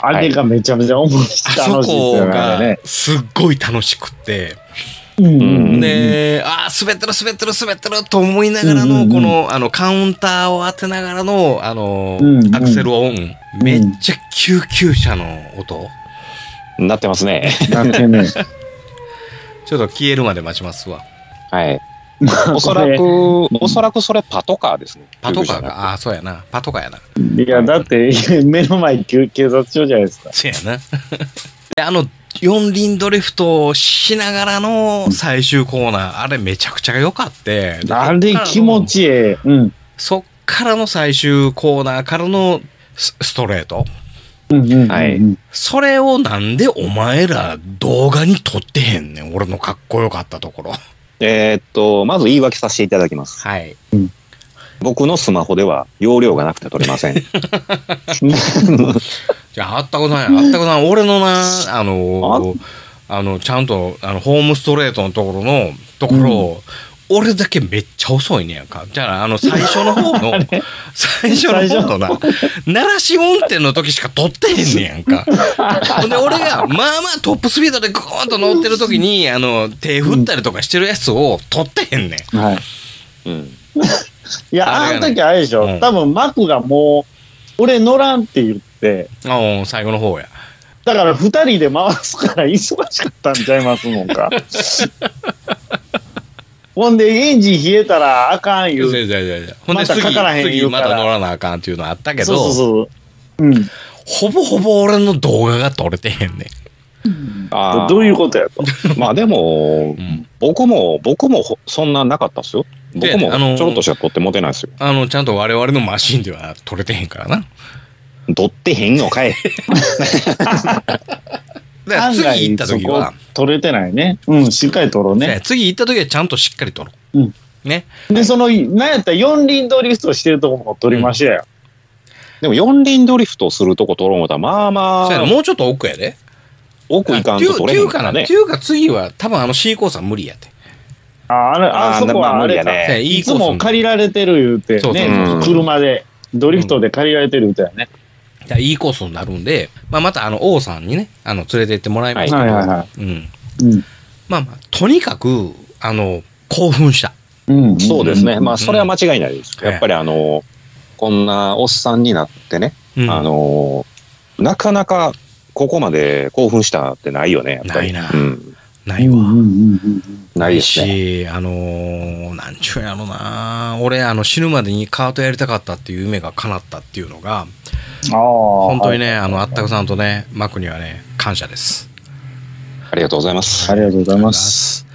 [SPEAKER 1] あれがめちゃめちゃ面白い。
[SPEAKER 3] あそ
[SPEAKER 1] 楽しいです
[SPEAKER 3] こ
[SPEAKER 1] よねあれ
[SPEAKER 3] が
[SPEAKER 1] ね。
[SPEAKER 3] すっごい楽しくって、
[SPEAKER 1] うん
[SPEAKER 2] うん
[SPEAKER 3] で、ああ、滑ってる滑ってる滑ってると思いながら
[SPEAKER 1] うんうん
[SPEAKER 3] の、
[SPEAKER 1] うん
[SPEAKER 3] この、あの、カウンターを当てながらの、あの
[SPEAKER 1] うんう、ん
[SPEAKER 3] アクセルオン。めっちゃ救急車の音。
[SPEAKER 2] なってますね。
[SPEAKER 1] なんてね。
[SPEAKER 3] ちょっと消えるまで待ちますわ。
[SPEAKER 2] はい。おそらく、おそらくそれパトカーですね。
[SPEAKER 3] パトカー
[SPEAKER 2] 救急車
[SPEAKER 3] が、ああー、そうやな。パトカーやな。
[SPEAKER 1] いや、だって、 目の前警警察署じゃないですか。
[SPEAKER 3] そうやな。 で、あの、四輪ドリフトをしながらの最終コーナー、あれめちゃくちゃ良かって。で
[SPEAKER 1] あれ気持ちええ。うん。
[SPEAKER 3] そっからの最終コーナーからのスストレート。
[SPEAKER 1] うんうんうん
[SPEAKER 2] はい
[SPEAKER 3] それをなんでお前ら動画に撮ってへんねん。俺のかっこよかったところ。
[SPEAKER 2] えーっと、まず言い訳させていただきます。
[SPEAKER 3] はい。
[SPEAKER 2] 僕のスマホでは容量がなくて撮れません。
[SPEAKER 3] じゃあ、あったことない、あったことない。俺のな、あの、あの、ちゃんと、あの、ホームストレートのところの、ところを、俺だけめっちゃ遅いねやんか。じゃあ、あの、最初の方 の、最初の方のな、鳴らし運転の時しか撮ってへんねやんか。ほんで、俺が、まあまあトップスピードでグーンと乗ってる時に、あの、手振ったりとかしてるやつを撮ってへんねん。
[SPEAKER 1] はい
[SPEAKER 2] うん。
[SPEAKER 1] いや、
[SPEAKER 3] あ
[SPEAKER 1] あ
[SPEAKER 3] れが
[SPEAKER 1] の
[SPEAKER 3] ね
[SPEAKER 1] 時あれでしょ、
[SPEAKER 3] うん
[SPEAKER 1] 多分マクがもう、俺乗らんって言って、
[SPEAKER 3] ああ、最後の方や。
[SPEAKER 1] だから2人で回すから忙しかったんちゃいますもん か。ほんで、エンジン冷えたらあかん言。
[SPEAKER 3] そううそうそうそうほんで
[SPEAKER 1] また
[SPEAKER 3] 次、
[SPEAKER 1] かからへん言
[SPEAKER 3] 次
[SPEAKER 1] うか
[SPEAKER 3] ま
[SPEAKER 1] ら
[SPEAKER 3] た乗らなあかんっていうのあったけど、
[SPEAKER 1] そうそうそう。うん、
[SPEAKER 3] ほぼほぼ俺の動画が撮れてへんね
[SPEAKER 2] あー
[SPEAKER 1] どういうことやと。
[SPEAKER 2] まあでも、
[SPEAKER 3] ん。うん。
[SPEAKER 2] 僕も、僕もほそんななかったっすよ。
[SPEAKER 3] で
[SPEAKER 2] 僕も
[SPEAKER 3] あのー
[SPEAKER 2] ちょろっとしか撮って持てないっすよ。
[SPEAKER 3] あの、ちゃんと我々のマシンでは撮れてへんからな。
[SPEAKER 2] 撮ってへんの かい。
[SPEAKER 3] だから次行った時
[SPEAKER 1] 案外
[SPEAKER 3] は
[SPEAKER 1] そこ、取れてないね。うん、しっかり取ろう
[SPEAKER 3] そうや
[SPEAKER 1] ね。
[SPEAKER 3] 次行った時はちゃんとしっかり撮ろう。
[SPEAKER 1] うん
[SPEAKER 3] ね。
[SPEAKER 1] で、その、なんやったら四輪ドリフトしてるとこも取りましたよ。
[SPEAKER 2] でも四輪ドリフトするとこ撮ろう思ったら、まあま
[SPEAKER 3] そうやな
[SPEAKER 2] あ、
[SPEAKER 3] もうちょっと奥やで。
[SPEAKER 2] 奥行かんと撮れ
[SPEAKER 3] てい
[SPEAKER 2] へ
[SPEAKER 3] うんか
[SPEAKER 2] か
[SPEAKER 3] な。
[SPEAKER 2] ら
[SPEAKER 3] って
[SPEAKER 2] ね。
[SPEAKER 3] いうか次は多分あの C コースは無理やって。
[SPEAKER 1] ああれあ
[SPEAKER 2] あー
[SPEAKER 1] そこはあれ
[SPEAKER 2] まあ無理
[SPEAKER 1] か
[SPEAKER 2] や。ね
[SPEAKER 3] そうやい
[SPEAKER 1] い
[SPEAKER 3] いコ
[SPEAKER 1] つ
[SPEAKER 3] ース
[SPEAKER 1] も借りられてる言うて
[SPEAKER 3] そうそう
[SPEAKER 2] そう
[SPEAKER 1] ね、車で、ドリフトで借りられてるみたいね。
[SPEAKER 3] だからいいコースになるんで、まあ、またあの王さんにね、あの連れて行ってもらいま
[SPEAKER 2] は
[SPEAKER 3] し
[SPEAKER 2] い
[SPEAKER 3] たけど、
[SPEAKER 1] はいはいは
[SPEAKER 3] うん。
[SPEAKER 1] うん。
[SPEAKER 3] まあまあ、とにかく、あの、興奮した。
[SPEAKER 1] うん、
[SPEAKER 2] そうです
[SPEAKER 3] う
[SPEAKER 2] ね。
[SPEAKER 3] ん
[SPEAKER 2] まあ、それは間違いないです。
[SPEAKER 3] うん
[SPEAKER 2] やっぱりあのー、こんなおっさんになってね、
[SPEAKER 3] うん、
[SPEAKER 2] あのー、なかなかここまで興奮したってないよね、やっぱり。
[SPEAKER 3] ないな
[SPEAKER 2] うん。
[SPEAKER 3] ないわ。
[SPEAKER 2] ないですね。
[SPEAKER 3] し、あのーなんちゅうんやろな俺、あの、死ぬまでにカートやりたかったっていう夢が叶ったっていうのが、
[SPEAKER 1] ああ。
[SPEAKER 3] 本
[SPEAKER 1] 本
[SPEAKER 3] 当に。ね、あの、あったくさんとね、マクにはね、感謝です。
[SPEAKER 2] ありがとうございます
[SPEAKER 1] あ。りがとうございます。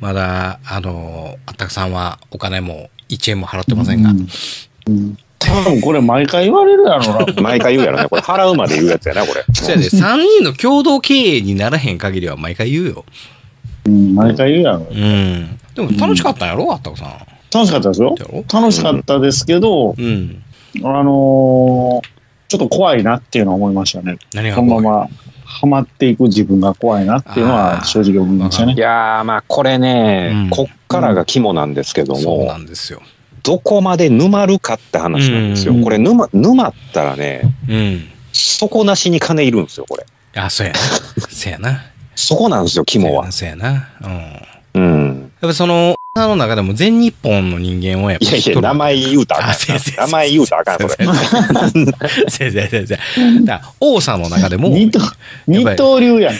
[SPEAKER 3] まだ、あのーあったくさんはお金も1円も払ってませんが、
[SPEAKER 1] うんうん多分これ毎回言われるやろうな。
[SPEAKER 2] 毎回言うやろね。これ払うまで言うやつやな、これ。
[SPEAKER 3] そやで、3人の共同経営にならへん限りは毎回言うよ。
[SPEAKER 1] うん毎回言うやろ
[SPEAKER 3] う。ん。でも楽しかったんやろあったくさん。
[SPEAKER 1] 楽しかったですよ
[SPEAKER 3] やろ
[SPEAKER 1] 楽しかったですけど、
[SPEAKER 3] うん。
[SPEAKER 1] あのーちょっと怖いなっていうのは思いましたね。
[SPEAKER 3] 何が
[SPEAKER 1] このままハマっていく自分が怖いなっていうの
[SPEAKER 3] あー
[SPEAKER 1] は正直思いましたね
[SPEAKER 2] い。やー、まあ、これね、
[SPEAKER 3] うん
[SPEAKER 2] こっからが肝なんですけど
[SPEAKER 3] そうな
[SPEAKER 2] も、
[SPEAKER 3] んですよ。
[SPEAKER 2] どこまで沼るかって話なんですよ。
[SPEAKER 1] うん
[SPEAKER 2] これ沼、沼ったらね、
[SPEAKER 3] うん。
[SPEAKER 2] 底なしに金いるんですよ、これ。
[SPEAKER 3] あ、そうやな。そうやな。
[SPEAKER 2] そこなんですよ、肝は。
[SPEAKER 3] そうやな。そうやなうん。
[SPEAKER 2] うん。
[SPEAKER 3] やっぱその、さんの中でも全日本の人間をやっぱ
[SPEAKER 2] いやいや、名前言うたらあ
[SPEAKER 3] あ
[SPEAKER 2] か
[SPEAKER 3] 先
[SPEAKER 2] ん
[SPEAKER 3] 生
[SPEAKER 2] な。名前言うたらあかん、それ。
[SPEAKER 3] 先生、先生。だから王さんの中で も、
[SPEAKER 1] 二刀二刀流やん。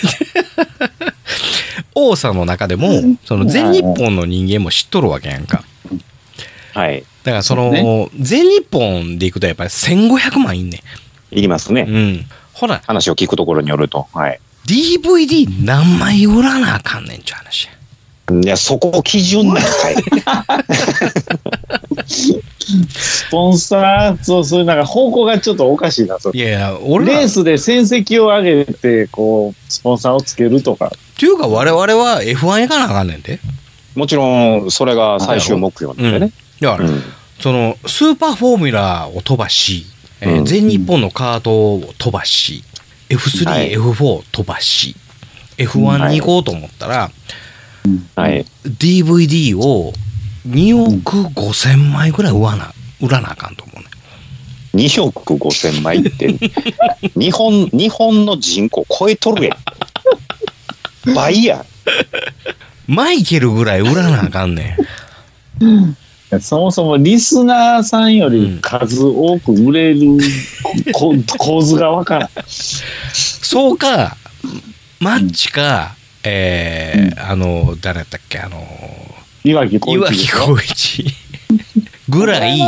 [SPEAKER 3] 王さんの中でも、その全日本の人間も知っとるわけやんか。
[SPEAKER 2] はい。
[SPEAKER 3] だからその、
[SPEAKER 1] そう
[SPEAKER 3] 全日本で行くとやっぱり1500万いんね
[SPEAKER 2] いります
[SPEAKER 3] ん。
[SPEAKER 2] ね。
[SPEAKER 3] うん。ほら、
[SPEAKER 2] 話を聞くところによると。はい。
[SPEAKER 3] DVD 何枚売らなあかんねんっちゅう話や。
[SPEAKER 2] いや、そこ基準なんかい。
[SPEAKER 1] スポンサー、そう、そういうなんか方向がちょっとおかしいな、それ。
[SPEAKER 3] いやいや、俺ら
[SPEAKER 1] レースで戦績を上げて、こう、スポンサーをつけるとか。
[SPEAKER 3] っていうか我々は F1 行かなあかんねんで。
[SPEAKER 2] もちろん、それが最終目標なんでね。
[SPEAKER 3] だから、
[SPEAKER 2] うん
[SPEAKER 3] そのスーパーフォーミュラーを飛ばし、えー
[SPEAKER 2] うん
[SPEAKER 3] 全日本のカートを飛ばし、F3、
[SPEAKER 2] はい
[SPEAKER 3] F4 飛ばし、
[SPEAKER 2] は
[SPEAKER 3] F1
[SPEAKER 2] い
[SPEAKER 3] に行こうと思ったら、
[SPEAKER 2] はい。
[SPEAKER 3] DVD を2億5千枚ぐらい売らな売らなあかんと思うね。
[SPEAKER 2] 2億5千枚って、日本、日本の人口超えとるやん。倍やん。
[SPEAKER 3] マイケルぐらい売らなあか んね
[SPEAKER 1] そもそもリスナーさんより数多く売れる こ構図がわからん。
[SPEAKER 3] ん。そうか、マッチか、えーあの、誰やったっけ、あの、
[SPEAKER 1] 岩城浩一
[SPEAKER 3] 岩
[SPEAKER 1] でし
[SPEAKER 3] 城
[SPEAKER 1] ょ
[SPEAKER 3] 浩 一ぐらい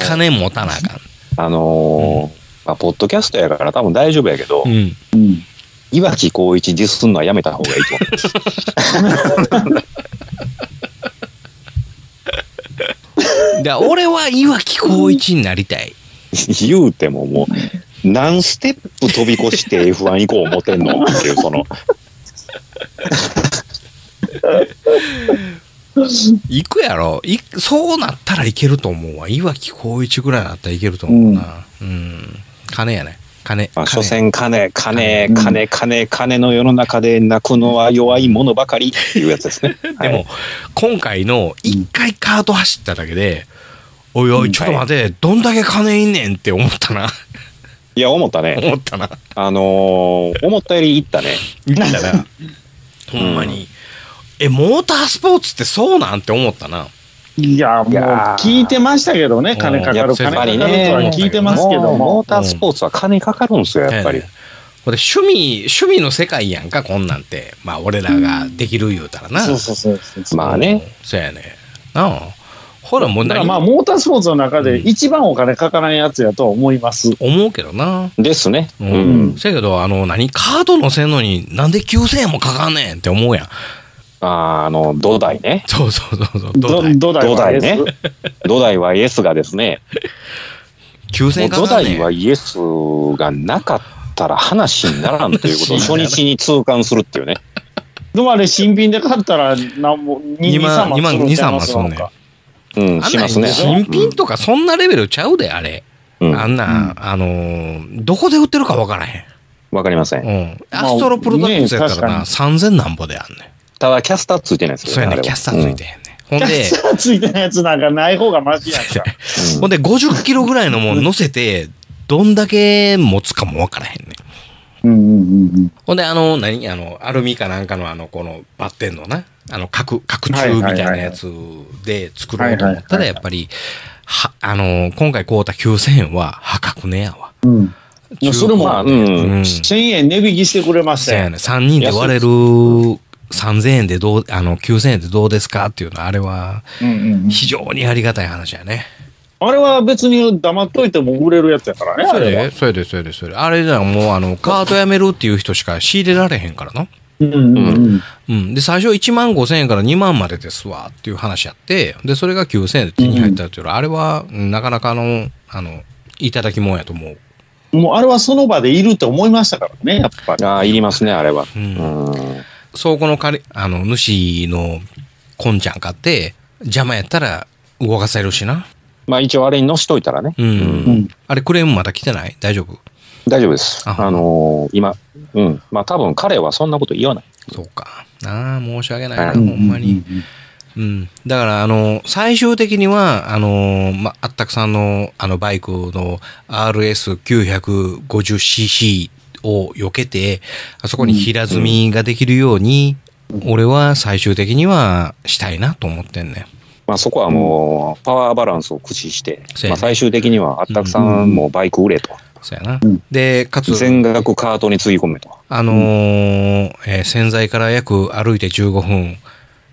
[SPEAKER 3] 金持たなあかん。
[SPEAKER 2] あのーまあ、ポッドキャストやから多分大丈夫やけど、
[SPEAKER 3] うん
[SPEAKER 1] うん
[SPEAKER 2] 岩城浩一ディスすんのはやめた方がいいと思
[SPEAKER 3] だから俺は岩城浩一になりたい。
[SPEAKER 2] う。言うてももう、何ステップ飛び越して F1 以降持てんのっていう、その、
[SPEAKER 3] 行くやろいそうなったらいけると思うわ岩城浩一ぐらいなったらいけると思うなうん、金やね金
[SPEAKER 2] まあ、所
[SPEAKER 3] 金
[SPEAKER 2] 詮金、金、金、金、金の世の中で泣くのは弱いものばかりっていうやつ ですね。
[SPEAKER 3] で
[SPEAKER 2] は
[SPEAKER 3] も
[SPEAKER 2] い、
[SPEAKER 3] 今回の一回カート走っただけで、おいおいちょっと待て、どんだけ金いんねんって思ったな
[SPEAKER 2] いや、思ったね。
[SPEAKER 3] 思ったな
[SPEAKER 2] あのー思ったよりいったね。
[SPEAKER 3] 言ったな ほんまに、えモータースポーツってそうなんて思ったない
[SPEAKER 1] や、もう
[SPEAKER 2] いやー
[SPEAKER 1] 聞いてましたけどね、金かか
[SPEAKER 2] や
[SPEAKER 1] る、
[SPEAKER 2] っ
[SPEAKER 1] 金か
[SPEAKER 2] ぱ
[SPEAKER 1] かる
[SPEAKER 2] り
[SPEAKER 1] とは
[SPEAKER 2] ね、
[SPEAKER 1] 聞いてますけど
[SPEAKER 2] モ
[SPEAKER 1] も
[SPEAKER 2] ー、タースポーツは金かかるんですよ、やっぱり。
[SPEAKER 3] ええほんで趣味趣味の世界やんかこんなんてまあ俺らができる言うたらな、
[SPEAKER 1] そうそうそうそうそう。
[SPEAKER 2] まあね、
[SPEAKER 3] そうやねなあほらもう
[SPEAKER 1] だから
[SPEAKER 3] 何
[SPEAKER 1] まあ、モータースポーツの中で一番お金かからんやつやとは思います。
[SPEAKER 3] 思うけどな
[SPEAKER 2] ですね。う
[SPEAKER 3] うんん。。せやけど、あの、何カード乗せんのになんで9000円もかかんねんって思うやん。
[SPEAKER 2] あーあの、土台ね。
[SPEAKER 3] そうそうそうそう。どうだい
[SPEAKER 1] どだ
[SPEAKER 2] 土
[SPEAKER 1] いは
[SPEAKER 2] 台
[SPEAKER 1] で
[SPEAKER 2] ね
[SPEAKER 1] す。
[SPEAKER 2] 土台はイエスがですね、もう土
[SPEAKER 3] ?9000 円かかんね
[SPEAKER 2] 台
[SPEAKER 3] ん。
[SPEAKER 2] はイエスがなかったら話にならんという ことを初日に痛感するっていうね。
[SPEAKER 1] でもあれ、新品で買ったら、なんも、2、
[SPEAKER 3] 二
[SPEAKER 1] 3
[SPEAKER 3] 万
[SPEAKER 1] 万するんちゃいます
[SPEAKER 3] 二万二三万すんねん
[SPEAKER 1] なんか
[SPEAKER 2] うん、しますね。
[SPEAKER 3] あんなん新品とかそんなレベルちゃうで、あれ。
[SPEAKER 2] うん
[SPEAKER 3] あんなん、あのー、どこで売ってるかわからへん。
[SPEAKER 2] わかりません。
[SPEAKER 3] うん。アストロプロダクツやったらな、
[SPEAKER 1] ね
[SPEAKER 3] 3000なんぼであんねん。
[SPEAKER 2] ただ、キャスターついてないですよ
[SPEAKER 3] そうやね
[SPEAKER 2] あれ
[SPEAKER 3] ん、
[SPEAKER 2] は
[SPEAKER 3] キャスターついてへんねん。ほんで、
[SPEAKER 1] キャスターついてないやつなんかない方がマシやんか。
[SPEAKER 2] うん
[SPEAKER 3] ほんで50キロぐらいのもん乗せて、どんだけ持つかもわからへんねん。
[SPEAKER 1] うんうんうん
[SPEAKER 3] ほんで、あの、何あの、アルミかなんかのあの、このバッテンのな、あの、角、角柱みたいなやつで作ろうと思っ
[SPEAKER 1] はいはいはい
[SPEAKER 3] たら、
[SPEAKER 1] はい
[SPEAKER 3] やっぱり、は、あの、今回買うた9000円は破格ねやわ。
[SPEAKER 1] うんうん。いやそれも
[SPEAKER 2] まあ、う。
[SPEAKER 3] うんん。
[SPEAKER 1] 1000円値引きしてくれまし
[SPEAKER 3] そう
[SPEAKER 1] た
[SPEAKER 3] や
[SPEAKER 1] よ。
[SPEAKER 3] ね。3人で割れる3000円でどう、あの、9000円でどうですかっていうのは、あれは、
[SPEAKER 1] うんうんうん
[SPEAKER 3] 非常にありがたい話やね。
[SPEAKER 1] あれは別に黙っといても売れるやつやからね、
[SPEAKER 3] そ
[SPEAKER 1] あ
[SPEAKER 3] れ
[SPEAKER 1] れは
[SPEAKER 3] で、。それで、それで、それで。あれじゃもう、あの、カートやめるっていう人しか仕入れられへんからな。
[SPEAKER 1] うんうんうん。
[SPEAKER 3] うん、で最初1万5千円から2万までですわっていう話やってでそれが9千円で手に入ったっていうのは、あれはうんなかなかのあのいただきもんやと思う、
[SPEAKER 1] もうあれはその場でいるって思いましたからね、やっぱり。
[SPEAKER 2] ああ、いりますね、あれは。
[SPEAKER 3] う
[SPEAKER 2] うんん。
[SPEAKER 3] 倉庫の借りあの主のこんちゃん買って邪魔やったら動かせるしな、
[SPEAKER 2] まあ、一応あれに乗しといたらね。
[SPEAKER 3] うん
[SPEAKER 1] ん
[SPEAKER 3] あれクレームまだ来てない大丈夫
[SPEAKER 2] 大丈夫です。
[SPEAKER 3] あ
[SPEAKER 2] あのー今、うん。まあ、多分彼はそんなこと言わない。
[SPEAKER 3] そうかなあ申し訳ないな、
[SPEAKER 2] はい
[SPEAKER 3] ほんまに、
[SPEAKER 1] うん
[SPEAKER 3] うん、だからあの最終的にはあの、ま、あったくさんのあのバイクの RS950cc を避けてあそこに平積みができるように、俺は最終的にはしたいなと思ってんねん
[SPEAKER 2] まあ、そこはもう、パワーバランスを駆使して、
[SPEAKER 3] そうやね
[SPEAKER 2] まあ、最終的には、あったくさんもバイク売れと。
[SPEAKER 3] そうやな、
[SPEAKER 1] うん
[SPEAKER 3] でかつ
[SPEAKER 2] 全額カートにつぎ込めと。
[SPEAKER 3] あのーえー洗剤から約歩いて15分、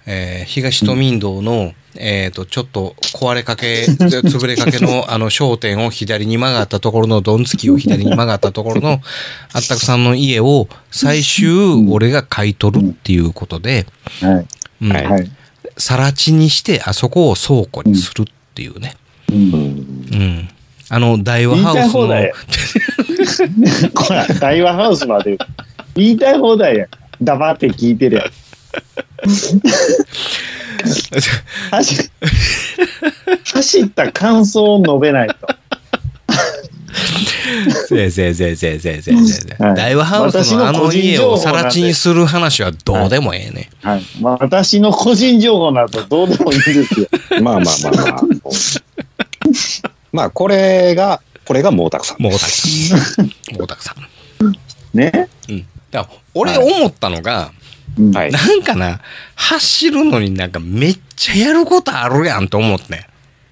[SPEAKER 3] えー東都民道の、えっ、と、ちょっと壊れかけ、 潰れかけの、あの、商店を左に曲がったところの、ドンつきを左に曲がったところの、あったくさんの家を、最終、俺が買い取るっていうことで、
[SPEAKER 1] はい。
[SPEAKER 3] うん
[SPEAKER 2] はい
[SPEAKER 1] はい。
[SPEAKER 3] 更地にして、あそこを倉庫にするっていうね。
[SPEAKER 1] うん
[SPEAKER 2] うん。
[SPEAKER 3] うん。あの、大和ハ
[SPEAKER 1] 言いた
[SPEAKER 3] ウス
[SPEAKER 1] い放題 や
[SPEAKER 3] の、
[SPEAKER 1] こら、大和ハウスまで言いたい放題や。黙って聞いてるやん。走走った感想を述べないと。
[SPEAKER 3] せいせいせいせいせいせいせいせい。
[SPEAKER 1] はい
[SPEAKER 3] 大和ハウスのあ
[SPEAKER 1] 私の個
[SPEAKER 3] の
[SPEAKER 1] 人
[SPEAKER 3] 家
[SPEAKER 1] 情報
[SPEAKER 3] を
[SPEAKER 1] なんで
[SPEAKER 3] さら地にする話はどうでもええね。
[SPEAKER 1] はい。まあ、私の個人情報などどうでもいいん ですよ。
[SPEAKER 2] まあまあまあまあ。まあ、これが、これが毛沢さん。
[SPEAKER 3] もうたくさん。もうたくさん。
[SPEAKER 1] ね。
[SPEAKER 3] うん。だから俺思ったのが、
[SPEAKER 1] うん
[SPEAKER 2] はい。
[SPEAKER 3] なんかな、走るのになんかめっちゃやることあるやんと思ってん。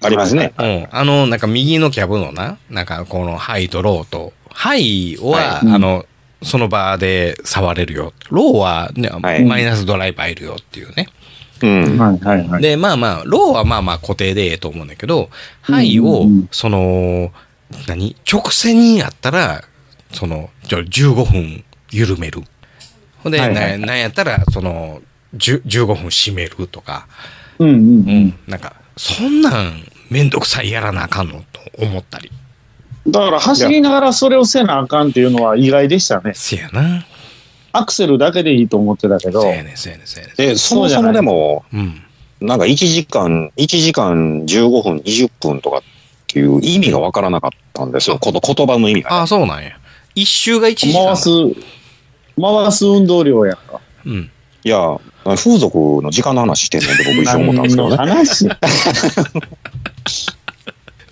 [SPEAKER 2] ありますね。
[SPEAKER 3] うん。あの、なんか右のキャブのな、なんかこのハイとローと、ハイ
[SPEAKER 1] は
[SPEAKER 3] は、
[SPEAKER 1] い
[SPEAKER 3] あの、その場で触れるよ。ローは、ね
[SPEAKER 2] はい
[SPEAKER 3] マイナスドライバーいるよっていうね。
[SPEAKER 2] うん。
[SPEAKER 1] はいはいはい。
[SPEAKER 3] で、まあまあ、ローはまあまあ固定でええと思うんだけど、範囲を
[SPEAKER 1] うんうん、
[SPEAKER 3] その、何直線にやったら、その、じゃあ15分緩める。ほんで、
[SPEAKER 1] はい
[SPEAKER 3] な
[SPEAKER 1] は
[SPEAKER 3] なんやったら、その、10 15分締めるとか、
[SPEAKER 1] うんうん
[SPEAKER 3] なんか、そんなんめんどくさいやらなあかんのと思ったり。
[SPEAKER 1] だから走りながらそれをせなあかんっていうのは意外でしたね。
[SPEAKER 3] せやな。
[SPEAKER 1] アクセルだけでいいと思ってたけど
[SPEAKER 3] せ、やねんせやねんせやね
[SPEAKER 2] で、そもそもでも、
[SPEAKER 3] ん。うん。
[SPEAKER 2] なんか1時間、1時間15分、20分とかっていう意味がわからなかったんですよ。こと言葉の意味が。
[SPEAKER 3] ああ、そうなんや。一周が一時間。
[SPEAKER 1] 回す、回す運動量やんか。
[SPEAKER 3] うん。
[SPEAKER 2] いや、風俗の時間の話してんねんって僕一瞬思ったんですけど
[SPEAKER 1] 何の
[SPEAKER 2] ね。
[SPEAKER 1] 話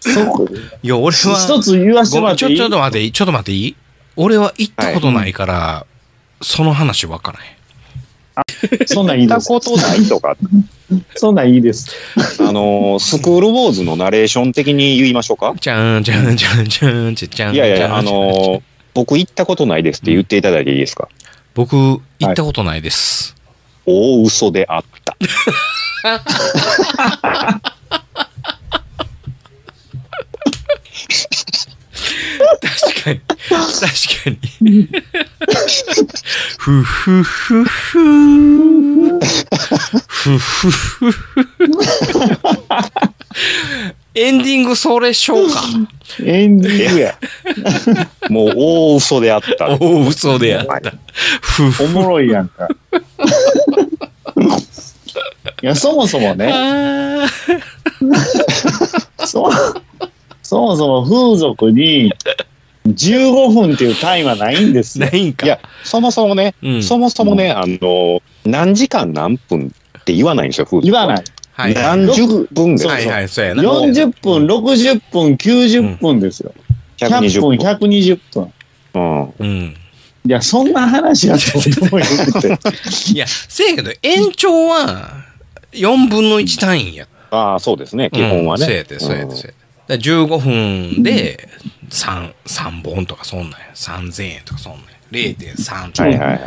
[SPEAKER 1] そこ
[SPEAKER 3] いや、俺は
[SPEAKER 1] 一、つ言わせて
[SPEAKER 3] ご
[SPEAKER 1] も
[SPEAKER 3] め
[SPEAKER 1] らっ
[SPEAKER 3] ん、ち
[SPEAKER 1] て
[SPEAKER 3] ょ、
[SPEAKER 1] いい
[SPEAKER 3] ちょっと待っていい、ちょっと待っていい俺は行ったことないから、その話わからへん。
[SPEAKER 1] そんなんい
[SPEAKER 2] 聞
[SPEAKER 1] い
[SPEAKER 2] い
[SPEAKER 1] で
[SPEAKER 2] た
[SPEAKER 1] す。
[SPEAKER 2] ことないとか、
[SPEAKER 1] そんなんいいです。
[SPEAKER 2] あの、スクールウォーズのナレーション的に言いましょうか。
[SPEAKER 3] じゃん、じゃん、じゃん、じゃん、じゃん、じゃん。
[SPEAKER 2] いやいや、あの、僕行ったことないですって言っていただいていいですか。
[SPEAKER 3] 僕、行ったことないです。
[SPEAKER 2] 大嘘であった。
[SPEAKER 3] 確かに。確かに。ふふふふふふふふエンディングそれしようか。
[SPEAKER 1] エンディング や。
[SPEAKER 2] もう大嘘であった。
[SPEAKER 3] おお、嘘でやった。ふふ
[SPEAKER 1] おもろいやん か。いや、そもそもね、
[SPEAKER 3] あー
[SPEAKER 1] そそもそも風俗に15分っていう単位はないんです
[SPEAKER 3] な
[SPEAKER 1] よ。
[SPEAKER 3] いんか。
[SPEAKER 2] いや、そもそもね、
[SPEAKER 3] うん
[SPEAKER 2] そもそもね、あの、何時間何分って言わないんですよ、風俗
[SPEAKER 1] 言
[SPEAKER 2] は
[SPEAKER 1] わない。
[SPEAKER 3] はい。は
[SPEAKER 2] 何十分ですよ
[SPEAKER 3] いはい、そうやな。
[SPEAKER 1] 40分、60分、90分ですよ。100
[SPEAKER 2] 120
[SPEAKER 1] 分、
[SPEAKER 2] 分。
[SPEAKER 1] 120分。
[SPEAKER 2] うん
[SPEAKER 3] うん。
[SPEAKER 1] いや、そんな話やと思うよ って。
[SPEAKER 3] いや、せやけど、延長は4分の1単位や
[SPEAKER 2] ああ、そうですね、基本はね。
[SPEAKER 3] うんそうやって、そうやっ
[SPEAKER 2] う
[SPEAKER 3] て、
[SPEAKER 2] ん
[SPEAKER 3] そうやって。だから15分で3、三本とかそんなんや。3000円とかそんなんや。0.3とか。
[SPEAKER 2] はいはいはい。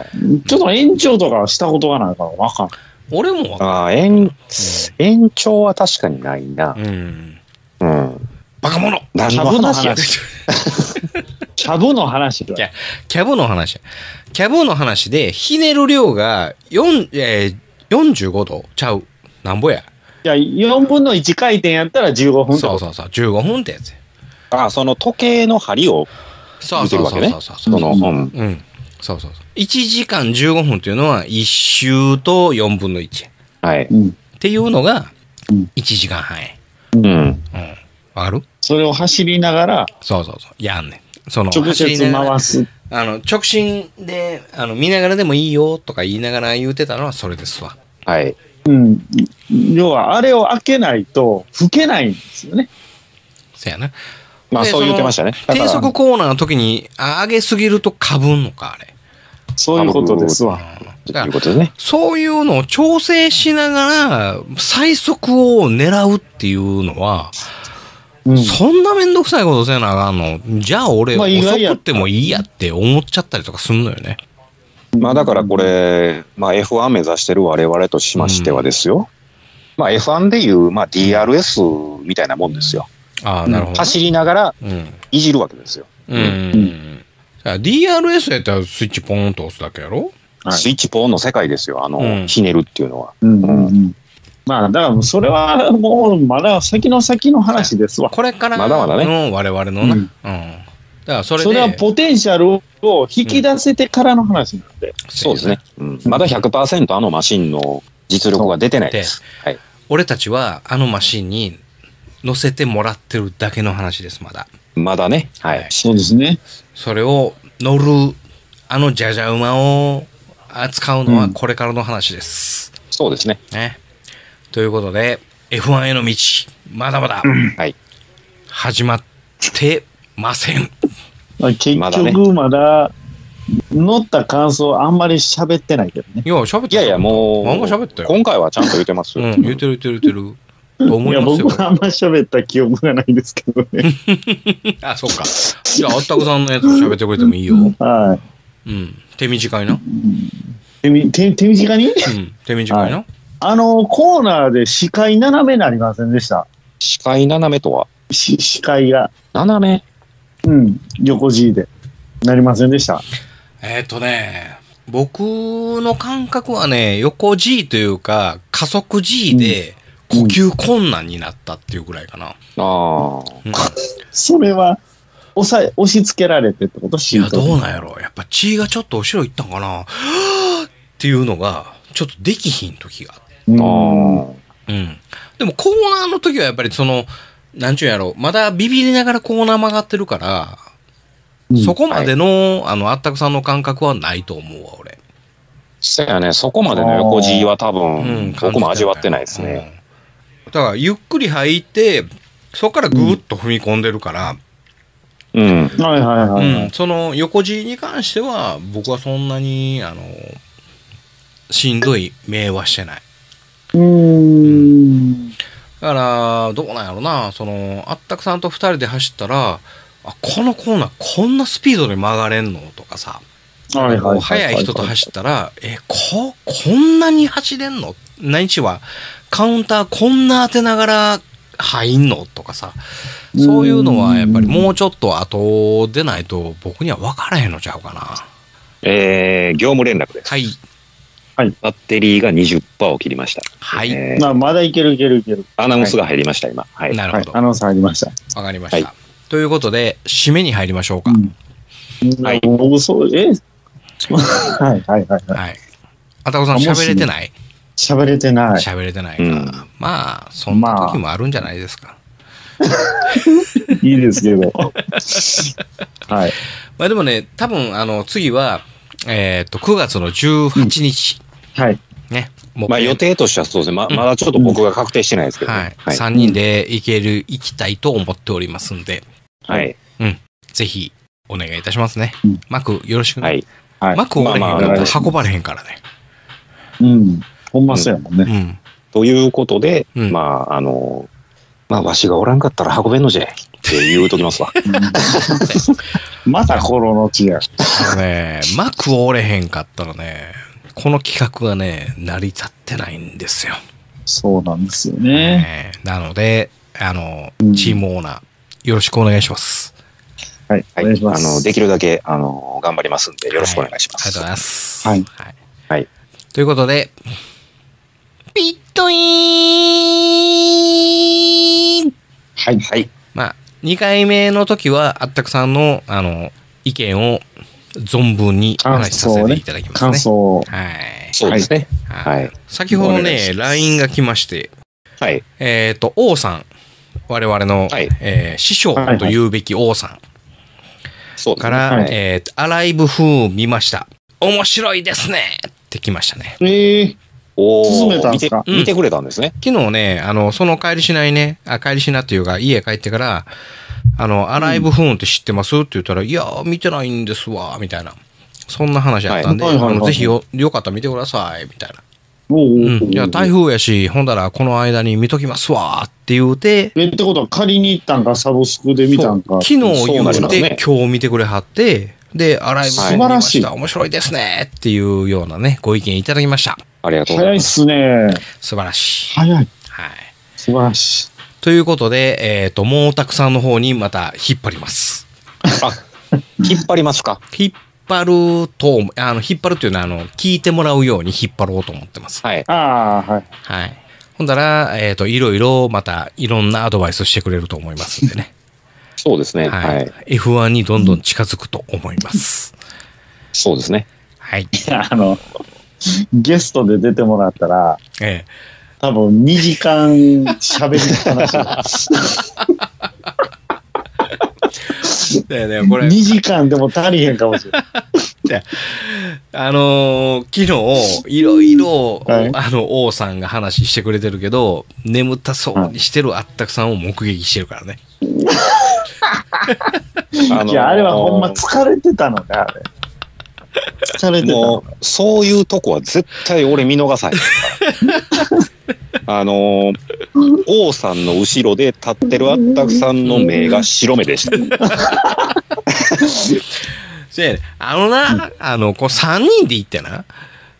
[SPEAKER 1] ちょっと延長とかはしたことがないからわかんない。
[SPEAKER 3] 俺もわか
[SPEAKER 2] ああ、延、延長は確かにないな。
[SPEAKER 3] る。うん。
[SPEAKER 2] うん。
[SPEAKER 3] バカ者
[SPEAKER 2] 何の
[SPEAKER 1] 株の
[SPEAKER 2] 話や
[SPEAKER 1] 話。キャブの話だ
[SPEAKER 3] いやキャブの話や。キャブの話で、ひねる量が4、えー、45度ちゃう。なんぼや。
[SPEAKER 1] いや、4分の1回転やったら15分
[SPEAKER 3] そ
[SPEAKER 1] と
[SPEAKER 3] うそうそう。15分ってやつや。
[SPEAKER 2] ああ、その時計の針を、
[SPEAKER 3] そう
[SPEAKER 2] 見て
[SPEAKER 3] そ
[SPEAKER 2] る
[SPEAKER 3] う
[SPEAKER 2] わ
[SPEAKER 3] そ
[SPEAKER 2] け
[SPEAKER 3] う
[SPEAKER 2] ね
[SPEAKER 3] そうそう
[SPEAKER 2] その、うん。
[SPEAKER 3] うん。そうそうそう。1時間15分っていうのは1周と4分の1。
[SPEAKER 2] はい。
[SPEAKER 1] うん。
[SPEAKER 3] っていうのが
[SPEAKER 1] うん
[SPEAKER 3] 1時間半や。
[SPEAKER 2] うん。
[SPEAKER 3] うん。わかる
[SPEAKER 1] それを走りながら、
[SPEAKER 3] そうそうそう。やんねん。その、
[SPEAKER 1] 直
[SPEAKER 3] 走り
[SPEAKER 1] 接
[SPEAKER 3] ながら
[SPEAKER 1] 回す。
[SPEAKER 3] あの、直進で、あの、見ながらでもいいよとか言いながら言うてたのはそれですわ。
[SPEAKER 2] はい。
[SPEAKER 1] うん。要は、あれを開けないと、吹けないんですよね。
[SPEAKER 3] そやな。
[SPEAKER 2] まあ、
[SPEAKER 3] で
[SPEAKER 2] そう言ってましたね。
[SPEAKER 3] 低
[SPEAKER 2] だから
[SPEAKER 3] 速コーナーの時にあ上げすぎるとかぶんのか、あれ。
[SPEAKER 1] そういうことですわ。
[SPEAKER 3] うん。
[SPEAKER 2] と
[SPEAKER 3] だ
[SPEAKER 2] い
[SPEAKER 3] か
[SPEAKER 2] う
[SPEAKER 3] ら、
[SPEAKER 2] ことですね。
[SPEAKER 3] そういうのを調整しながら、最速を狙うっていうのは、
[SPEAKER 1] うん。
[SPEAKER 3] そんなめんどくさいことせなあかんの。じゃあ俺、
[SPEAKER 1] まあ意外や
[SPEAKER 3] 遅くってもいいやって思っちゃったりとかすんのよね。
[SPEAKER 2] まあだからこれ、まあ、F1 目指してる我々としましてはですよ、まあ、F1 でいう、まあ、DRS みたいなもんですよ。
[SPEAKER 3] ああ、なるほど。
[SPEAKER 2] 走りながら
[SPEAKER 3] うん。
[SPEAKER 2] いじるわけですよ。
[SPEAKER 3] うん。だから DRS やったらスイッチポーンと押すだけやろ
[SPEAKER 1] はい
[SPEAKER 2] スイッチポーンの世界ですよ、あの、
[SPEAKER 3] うん
[SPEAKER 2] ひねるっていうのは。
[SPEAKER 1] うんうんうん。まあ、だから、それはもう、まだ先の先の話ですわ。
[SPEAKER 3] これから
[SPEAKER 2] まだまだね
[SPEAKER 3] の我々のな。
[SPEAKER 1] う
[SPEAKER 3] うんん。だからそれで。
[SPEAKER 1] それはポテンシャルを引き出せてからの話なんで。
[SPEAKER 2] そうですね。。うんまだ100%あのマシンの実力が出てない
[SPEAKER 3] で
[SPEAKER 2] です。はい、
[SPEAKER 3] 俺たちはあのマシンに乗せてもらってるだけの話です、まだ。
[SPEAKER 2] まだね、は
[SPEAKER 3] はい
[SPEAKER 2] い。
[SPEAKER 1] そうですね。
[SPEAKER 3] それを乗る、あのじゃじゃ馬を扱うのはこれからの話です。
[SPEAKER 2] そうですね。
[SPEAKER 3] ね。ということで、F1 への道、まだまだ
[SPEAKER 2] はい。
[SPEAKER 3] 始まってません。
[SPEAKER 1] まあ結
[SPEAKER 2] まだね
[SPEAKER 1] 局、まだ、乗った感想あんまり喋ってないけどね。
[SPEAKER 3] いや、喋っ
[SPEAKER 2] い
[SPEAKER 3] て
[SPEAKER 2] やいや、もう、
[SPEAKER 3] あんま喋ったよ
[SPEAKER 2] 今回はちゃんと言ってますよ。
[SPEAKER 3] うん、言うてる言うてる言うてる。と思
[SPEAKER 1] い
[SPEAKER 3] い
[SPEAKER 1] や、
[SPEAKER 3] ます
[SPEAKER 1] 僕
[SPEAKER 3] よ。
[SPEAKER 1] はあんま喋った記憶がないですけどね。
[SPEAKER 3] あ、そっか。じゃあ、あったくさんのやつ喋ってくれてもいいよ。
[SPEAKER 1] はい。
[SPEAKER 3] うん。手短いな。う
[SPEAKER 1] 手み手手短に
[SPEAKER 3] ん。手短いな。
[SPEAKER 1] あの、コーナーで視界斜めになりませんでした。
[SPEAKER 2] 視界斜めとは
[SPEAKER 1] し視界が。
[SPEAKER 2] 斜め
[SPEAKER 1] うん。横 G で。なりませんでした。
[SPEAKER 3] えーっとね、僕の感覚はね、横 G というか、加速 G で呼吸困難になったっていうぐらいかな。
[SPEAKER 2] ああ。
[SPEAKER 3] うん
[SPEAKER 1] それは、押さえ、押し付けられてってこと
[SPEAKER 3] い
[SPEAKER 1] シ
[SPEAKER 3] や、
[SPEAKER 1] ート
[SPEAKER 3] ど
[SPEAKER 1] に
[SPEAKER 3] うなんやろ。やっぱ血がちょっと後ろ行ったんかな。はぁっていうのが、ちょっとできひん時があって
[SPEAKER 1] うん
[SPEAKER 2] あ
[SPEAKER 3] うん。でもコーナーの時はやっぱりその、なんちゅうんやろ。まだビビりながらコーナー曲がってるから、
[SPEAKER 1] うん
[SPEAKER 3] そこまでの、あの、あったくさんの感覚はないと思うわ、俺。
[SPEAKER 2] そやね、そこまでの横地は多
[SPEAKER 3] うん
[SPEAKER 2] 分、僕も味わってないですね。。
[SPEAKER 3] うんだから、ゆっくり履いて、そこからぐーっと踏み込んでるから、
[SPEAKER 2] うん。
[SPEAKER 1] はいはいは
[SPEAKER 3] う
[SPEAKER 1] い
[SPEAKER 3] ん
[SPEAKER 1] はい。
[SPEAKER 3] その横地に関しては、僕はそんなに、あの、しんどい名はしてない。
[SPEAKER 1] うーん。
[SPEAKER 3] だから、どうなんやろな、その、あったくさんと二人で走ったら、あ、このコーナーこんなスピードで曲がれんのとかさ、
[SPEAKER 1] はいはいはは。
[SPEAKER 3] 速い人と走ったら、え、こ、こんなに走れんの何日は、カウンターこんな当てながら入んのとかさ、そういうのはやっぱりもうちょっと後でないと僕には分からへんのちゃうかな。
[SPEAKER 2] えー、業務連絡です。
[SPEAKER 3] はい。
[SPEAKER 2] バッテリーが20%を切りました。
[SPEAKER 3] はい。
[SPEAKER 2] えー
[SPEAKER 1] まあ、まだいけるいけるいける。
[SPEAKER 2] アナウンスが入りました、今。はい。
[SPEAKER 3] な
[SPEAKER 1] は
[SPEAKER 3] る
[SPEAKER 1] い
[SPEAKER 3] ほ。ど。
[SPEAKER 1] アナウンス入りました。
[SPEAKER 3] わかりました。
[SPEAKER 2] は
[SPEAKER 3] ということで、締めに入りましょうか。
[SPEAKER 1] うん
[SPEAKER 2] はい
[SPEAKER 1] 僕、そう、え はいはいはいはい。
[SPEAKER 3] はい。あたこさん喋れてない
[SPEAKER 1] 喋れて ない。
[SPEAKER 3] 喋れてないか、
[SPEAKER 2] うん
[SPEAKER 3] まあ、そんな時もあるんじゃないですか。
[SPEAKER 1] いいですけ ど。はい。
[SPEAKER 3] まあでもね、多分、あの、次は、えーっと、9月の18日、
[SPEAKER 1] はい。
[SPEAKER 3] ね。も
[SPEAKER 2] まあ予定としてはそうですね。ままだちょっと僕が確定してないですけどね。
[SPEAKER 3] はい。3人で行ける、行きたいと思っておりますんで、
[SPEAKER 2] はい。
[SPEAKER 3] ぜひ、お願いいたしますね
[SPEAKER 1] うん。
[SPEAKER 3] マク、よろしくね。
[SPEAKER 2] はい。
[SPEAKER 1] はい。
[SPEAKER 3] マックを俺へんか
[SPEAKER 1] まあ
[SPEAKER 3] った
[SPEAKER 1] ま
[SPEAKER 3] ら運ばれへんからね。
[SPEAKER 1] うん。ほんまそうやもんね。
[SPEAKER 2] ということで、
[SPEAKER 3] うん
[SPEAKER 2] まあ、あの、まあ、わしがおらんかったら運べんのじゃいって言うときますわ。
[SPEAKER 1] うん また心の違い。
[SPEAKER 3] あのね、マックを折れへんかったらね、この企画がね、成り立ってないんですよ。
[SPEAKER 1] そうなんですよね。
[SPEAKER 3] えーなので、あの
[SPEAKER 1] う、ん
[SPEAKER 3] チームオーナー、よろしくお願いします。
[SPEAKER 1] はい。お
[SPEAKER 2] はい。
[SPEAKER 1] 願いしま
[SPEAKER 2] あ
[SPEAKER 1] す。
[SPEAKER 2] の、できるだけ、あの、頑張りますんで、よろしくお願いしま
[SPEAKER 3] ありがと
[SPEAKER 2] す
[SPEAKER 3] うござ。います。
[SPEAKER 1] はい
[SPEAKER 2] はい
[SPEAKER 3] ということで、ピットイーン
[SPEAKER 1] はい。
[SPEAKER 2] はい。
[SPEAKER 3] まあ、2回目の時は、あったくさんの、あの、意見を存分にお話しさせていただきますね。
[SPEAKER 1] 感想を。
[SPEAKER 3] はい。
[SPEAKER 2] そうですね。はい
[SPEAKER 3] 先ほど
[SPEAKER 2] お願いしま
[SPEAKER 3] ね、
[SPEAKER 2] す
[SPEAKER 3] LINE が来まして、
[SPEAKER 2] はい。
[SPEAKER 3] えっ、と、王さん、我々の、
[SPEAKER 2] はい
[SPEAKER 3] えー師匠というべき王さん
[SPEAKER 2] そうです
[SPEAKER 3] か
[SPEAKER 2] ね。
[SPEAKER 3] ら、
[SPEAKER 1] はい
[SPEAKER 3] えーとアライブ風を見ました。面白いですねって来ましたね。
[SPEAKER 1] ええ。
[SPEAKER 2] お
[SPEAKER 1] 進めた
[SPEAKER 2] ー
[SPEAKER 1] ん
[SPEAKER 2] 見
[SPEAKER 1] す
[SPEAKER 2] て
[SPEAKER 1] か、
[SPEAKER 2] 見てくれたんですね。
[SPEAKER 3] 昨日ね、あの、その帰りしないね、あ帰りしなっていうか、家帰ってから、あの、アライブフーンって知ってますって言ったら、いやー、見てないんですわ、みたいな。そんな話やったんで、
[SPEAKER 1] はいはいはいはい
[SPEAKER 3] あのぜひよ、よかったら見てください、みたいな。
[SPEAKER 1] おうおう
[SPEAKER 3] うん。
[SPEAKER 1] おう
[SPEAKER 3] いや、台風やし、ほんだら、この間に見ときますわ、って言うて、
[SPEAKER 1] え、ってことは借りに行ったんか、サブスクで見たん
[SPEAKER 3] そう
[SPEAKER 1] か。
[SPEAKER 3] 昨日
[SPEAKER 2] そう
[SPEAKER 3] 言
[SPEAKER 2] なり
[SPEAKER 3] う
[SPEAKER 2] ますね
[SPEAKER 3] て、今日見てくれはって、で、アライブフーン見
[SPEAKER 1] はい
[SPEAKER 3] ま
[SPEAKER 1] 素晴
[SPEAKER 3] し
[SPEAKER 1] ら
[SPEAKER 3] た。面白いですね、っていうようなね、ご意見いただきました。
[SPEAKER 2] ありがとうござ
[SPEAKER 1] 早
[SPEAKER 2] い
[SPEAKER 1] いっ
[SPEAKER 2] ます。
[SPEAKER 1] すね。
[SPEAKER 3] 素晴らしい。
[SPEAKER 1] 早い。
[SPEAKER 3] はい。
[SPEAKER 1] 素晴らしい。
[SPEAKER 3] ということで、えっ、と、毛沢さんの方にまた引っ張ります。
[SPEAKER 2] あ、引っ張りますか。
[SPEAKER 3] 引っ張ると、あの、引っ張るっていうのは、あの、聞いてもらうように引っ張ろうと思ってます。
[SPEAKER 2] はい。
[SPEAKER 1] ああ、はい。
[SPEAKER 3] はい。ほんだら、えっ、と、いろいろ、また、いろんなアドバイスしてくれると思いますんでね。
[SPEAKER 2] そうですね。
[SPEAKER 3] はい。
[SPEAKER 2] はい。
[SPEAKER 3] F1 にどんどん近づくと思います。
[SPEAKER 2] そうですね。
[SPEAKER 3] はい。
[SPEAKER 1] いやあの、ゲストで出てもらったら、
[SPEAKER 3] え
[SPEAKER 1] 多分2時間喋りっぱなし。
[SPEAKER 3] えだよね、 こ
[SPEAKER 1] 2時間でも足りへんかもしれない。
[SPEAKER 3] あのー昨日、いろいろ、
[SPEAKER 1] はい
[SPEAKER 3] あの、王さんが話してくれてるけど、眠たそうにしてるあったくさんを目撃してるからね。
[SPEAKER 2] あ
[SPEAKER 1] いや、あれはほんま疲れてたのね、あれ。疲れてた
[SPEAKER 2] も
[SPEAKER 1] の。
[SPEAKER 2] う、そういうとこは絶対俺見逃さない。あのー、王さんの後ろで立ってるあったくさんの目が白目でした。
[SPEAKER 3] せやねあのな、あの、こう3人で行ってな、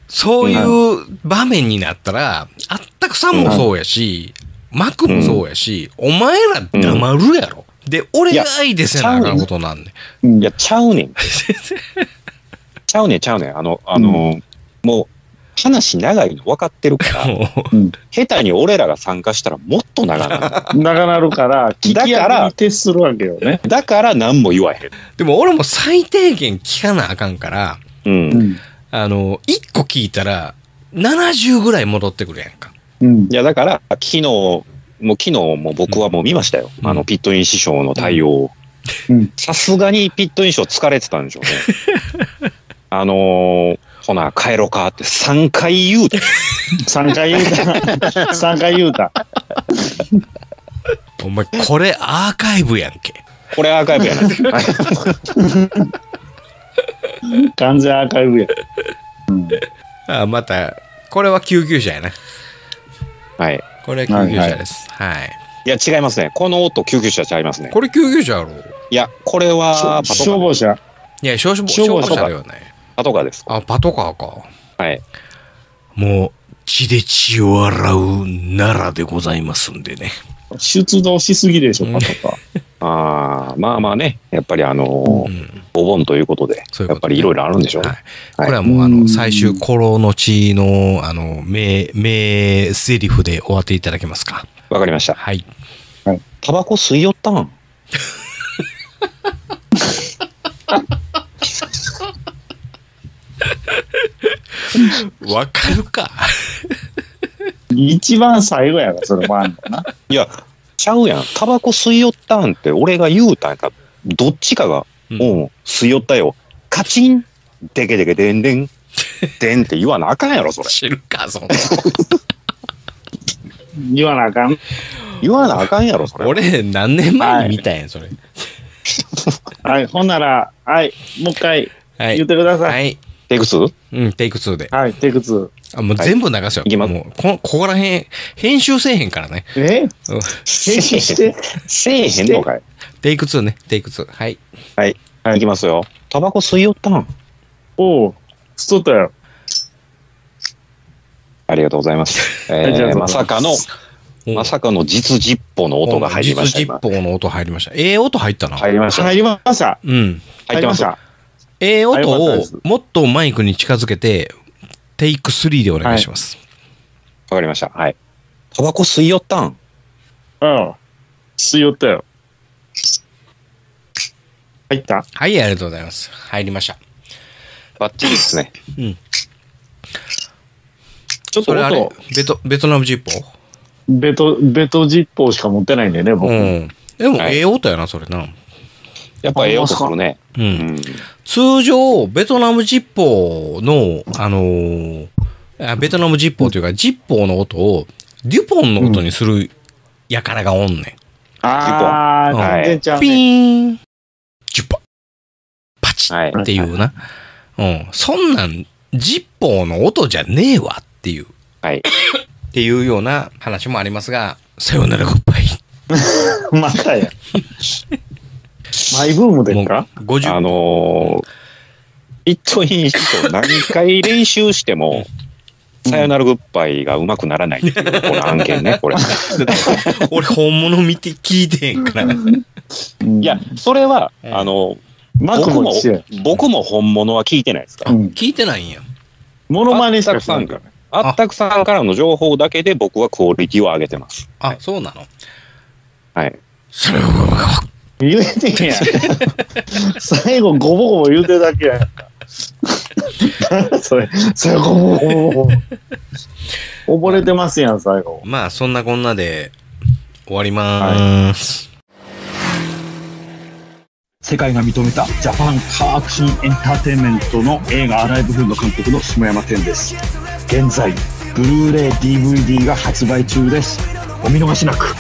[SPEAKER 3] そういう場面になったら、あったくさんもそうやし、マクもそうやし、お前ら黙るやろ。で、俺が愛でせなあかんことなん で。
[SPEAKER 1] うん
[SPEAKER 2] いや、ちゃうねん。ちゃうねん、ちゃうねん。あの、あのーもう、話長いの分かってるから、下手に俺らが参加したらもっと長な
[SPEAKER 1] 長なるから、聞き役に徹するわけよね。
[SPEAKER 2] る。だから何も言わへん。
[SPEAKER 3] でも俺も最低限聞かなあかんから、
[SPEAKER 2] うん。
[SPEAKER 1] うん。
[SPEAKER 3] あの、1個聞いたら、70ぐらい戻ってくるやんか。
[SPEAKER 1] うん
[SPEAKER 2] い。や、だから、昨日、もう昨日も僕はもう見ましたよ。
[SPEAKER 3] うん
[SPEAKER 2] あの、ピットイン師匠の対応を
[SPEAKER 1] うん。
[SPEAKER 2] さすがにピットイン師匠疲れてたんでしょうね。 あのー、ほな、帰ろかって3回言うて。
[SPEAKER 1] 3回言うた。三回言うた。
[SPEAKER 3] お前、これアーカイブやんけ。
[SPEAKER 2] これアーカイブやな。
[SPEAKER 1] 完全アーカイブや。
[SPEAKER 3] あまた、これは救急車やな。
[SPEAKER 2] はい。
[SPEAKER 3] これは救急車です。はい、
[SPEAKER 2] いや、違いますね。この音、救急車ちゃいますね。
[SPEAKER 3] これ救急車やろ
[SPEAKER 2] いや、これは、パトカ
[SPEAKER 1] 消
[SPEAKER 2] ー
[SPEAKER 1] 防車。
[SPEAKER 3] いや、消防
[SPEAKER 1] 消
[SPEAKER 3] 消
[SPEAKER 1] 防車
[SPEAKER 3] 防車だよね。
[SPEAKER 2] パトカーです。
[SPEAKER 3] あ、パトカーか。
[SPEAKER 2] はい。
[SPEAKER 3] もう、血で血を洗うならでございますんでね。
[SPEAKER 1] 出動しすぎでしょ、
[SPEAKER 3] うん
[SPEAKER 1] パトカー。
[SPEAKER 2] あーまあまあね、やっぱりあのー
[SPEAKER 3] うん。
[SPEAKER 2] お盆ということで、
[SPEAKER 3] そういうことね
[SPEAKER 2] やっぱりいろいろあるんでしょうね
[SPEAKER 3] はい。これはもう、あ
[SPEAKER 1] う
[SPEAKER 3] の、
[SPEAKER 1] ん
[SPEAKER 3] 最終、コロの血の、あの、名、名セリフで終わっていただけますか。
[SPEAKER 2] わ、かりました。
[SPEAKER 3] はい。
[SPEAKER 2] タバコ吸いよったん。
[SPEAKER 3] わかるか。
[SPEAKER 1] 一番最後やろ、それもあんのな。
[SPEAKER 2] いや、ちゃうやん。タバコ吸いよったんって俺が言うたんか、どっちかが、う
[SPEAKER 3] う
[SPEAKER 2] んん、吸いよったよ。カチンでけでけでんでん。 でんって言わなあかんやろ、それ。
[SPEAKER 3] 知るか、そんな。
[SPEAKER 1] 言わなあかん。
[SPEAKER 2] 言わなあかんやろ、それ。
[SPEAKER 3] 俺、何年前に見たんや、それ。
[SPEAKER 1] はい、ほんなら、はい、もう一回
[SPEAKER 3] は
[SPEAKER 1] 言っ
[SPEAKER 3] い。
[SPEAKER 1] てくださ。
[SPEAKER 3] はいい。
[SPEAKER 2] テイク 2?
[SPEAKER 3] うん、テイク2で。
[SPEAKER 1] はい、テイク2。
[SPEAKER 3] あ、もう
[SPEAKER 2] はい
[SPEAKER 3] 全部流すよ。
[SPEAKER 2] いきます
[SPEAKER 3] もう、こ、ここら辺、編集せえへんからね。
[SPEAKER 1] え
[SPEAKER 3] うん
[SPEAKER 1] 編集して。
[SPEAKER 2] せえへんのかい。
[SPEAKER 3] テイク2ね、テイク2。はい。
[SPEAKER 2] はい。
[SPEAKER 1] はい
[SPEAKER 2] い、きますよ。タバコ吸いよったん。
[SPEAKER 1] おう、しとったよ。
[SPEAKER 2] ありがとうございます。え
[SPEAKER 1] ありがとうござい
[SPEAKER 2] ー、
[SPEAKER 1] ま
[SPEAKER 2] ますさかの、まさかの実実歩の音が入りました。
[SPEAKER 3] 実
[SPEAKER 2] 今
[SPEAKER 3] 実報の音入りました。ええ音入ったな。
[SPEAKER 2] 入りました。
[SPEAKER 1] 入りました。
[SPEAKER 3] うん。
[SPEAKER 2] 入ってます。。
[SPEAKER 3] ええ音
[SPEAKER 1] あよかった
[SPEAKER 3] を
[SPEAKER 1] です
[SPEAKER 3] もっとマイクに近づけて、テイク3でお願いします。
[SPEAKER 2] わかりました。はい。タバコ吸いよったん。
[SPEAKER 1] うん。吸い寄ったよ。入った
[SPEAKER 3] はい、ありがとうございます。入りました。
[SPEAKER 2] バッチリですね。
[SPEAKER 3] うん。
[SPEAKER 1] ちょっと
[SPEAKER 3] それあれ
[SPEAKER 1] 音、、
[SPEAKER 3] ベト、ベトナム実報
[SPEAKER 1] ベト、ベトジッポーしか持ってないんだよね、僕。
[SPEAKER 3] うん。でも、
[SPEAKER 2] はい
[SPEAKER 3] ええ音やな、それな。
[SPEAKER 2] やっぱええ音するね。
[SPEAKER 3] う。
[SPEAKER 2] うんん。
[SPEAKER 3] 通常、ベトナムジッポーの、あのーあベトナムジッポーというか、ジッポーの音を、デュポンの音にするやからがおんね
[SPEAKER 1] あ
[SPEAKER 3] は
[SPEAKER 1] ー、全
[SPEAKER 2] い
[SPEAKER 1] 然ちゃ
[SPEAKER 3] ん。
[SPEAKER 1] う
[SPEAKER 3] ピ
[SPEAKER 1] ね。
[SPEAKER 3] ーン、ジュパ、パチ
[SPEAKER 2] はい。
[SPEAKER 3] っていうな。うん。そんなん、ジッポーの音じゃねえわっていう。
[SPEAKER 2] はい
[SPEAKER 3] っていうような話もありますが、さよならグッバイ。
[SPEAKER 1] またや。マイブームで
[SPEAKER 3] も
[SPEAKER 1] っか
[SPEAKER 3] う50、
[SPEAKER 2] あのー、ピットイン師と何回練習しても、さよならグッバイがうまくならないってい う、この案件ね、これ。
[SPEAKER 3] 俺本物見て聞いてへんから。
[SPEAKER 1] い
[SPEAKER 2] いや、、それは、
[SPEAKER 3] うん
[SPEAKER 2] あの、
[SPEAKER 1] マク
[SPEAKER 2] 僕
[SPEAKER 1] も
[SPEAKER 2] も
[SPEAKER 1] 一緒や。、
[SPEAKER 2] 僕も本物は聞いてないですから。
[SPEAKER 1] うん。
[SPEAKER 3] 聞いてないんや。
[SPEAKER 1] モノマネしたく
[SPEAKER 2] さ
[SPEAKER 1] なんいか
[SPEAKER 2] から
[SPEAKER 1] ら。
[SPEAKER 2] あったくさんからの情報だけで僕はクオリティを上げてます。
[SPEAKER 3] あ、そうなの
[SPEAKER 2] はい。
[SPEAKER 3] それは、
[SPEAKER 1] 言えてんやん。 最後、ごぼごぼ言うてるだけやんか。 それ、それごぼごぼごぼ。溺れてますやん、最後。
[SPEAKER 3] まあそんなこんなで終わりまーす。
[SPEAKER 4] 世界が認めたジャパンカーアクションエンターテインメントの映画アライブフード監督の下山天です現在ブルーレイ DVD が発売中ですお見逃しなく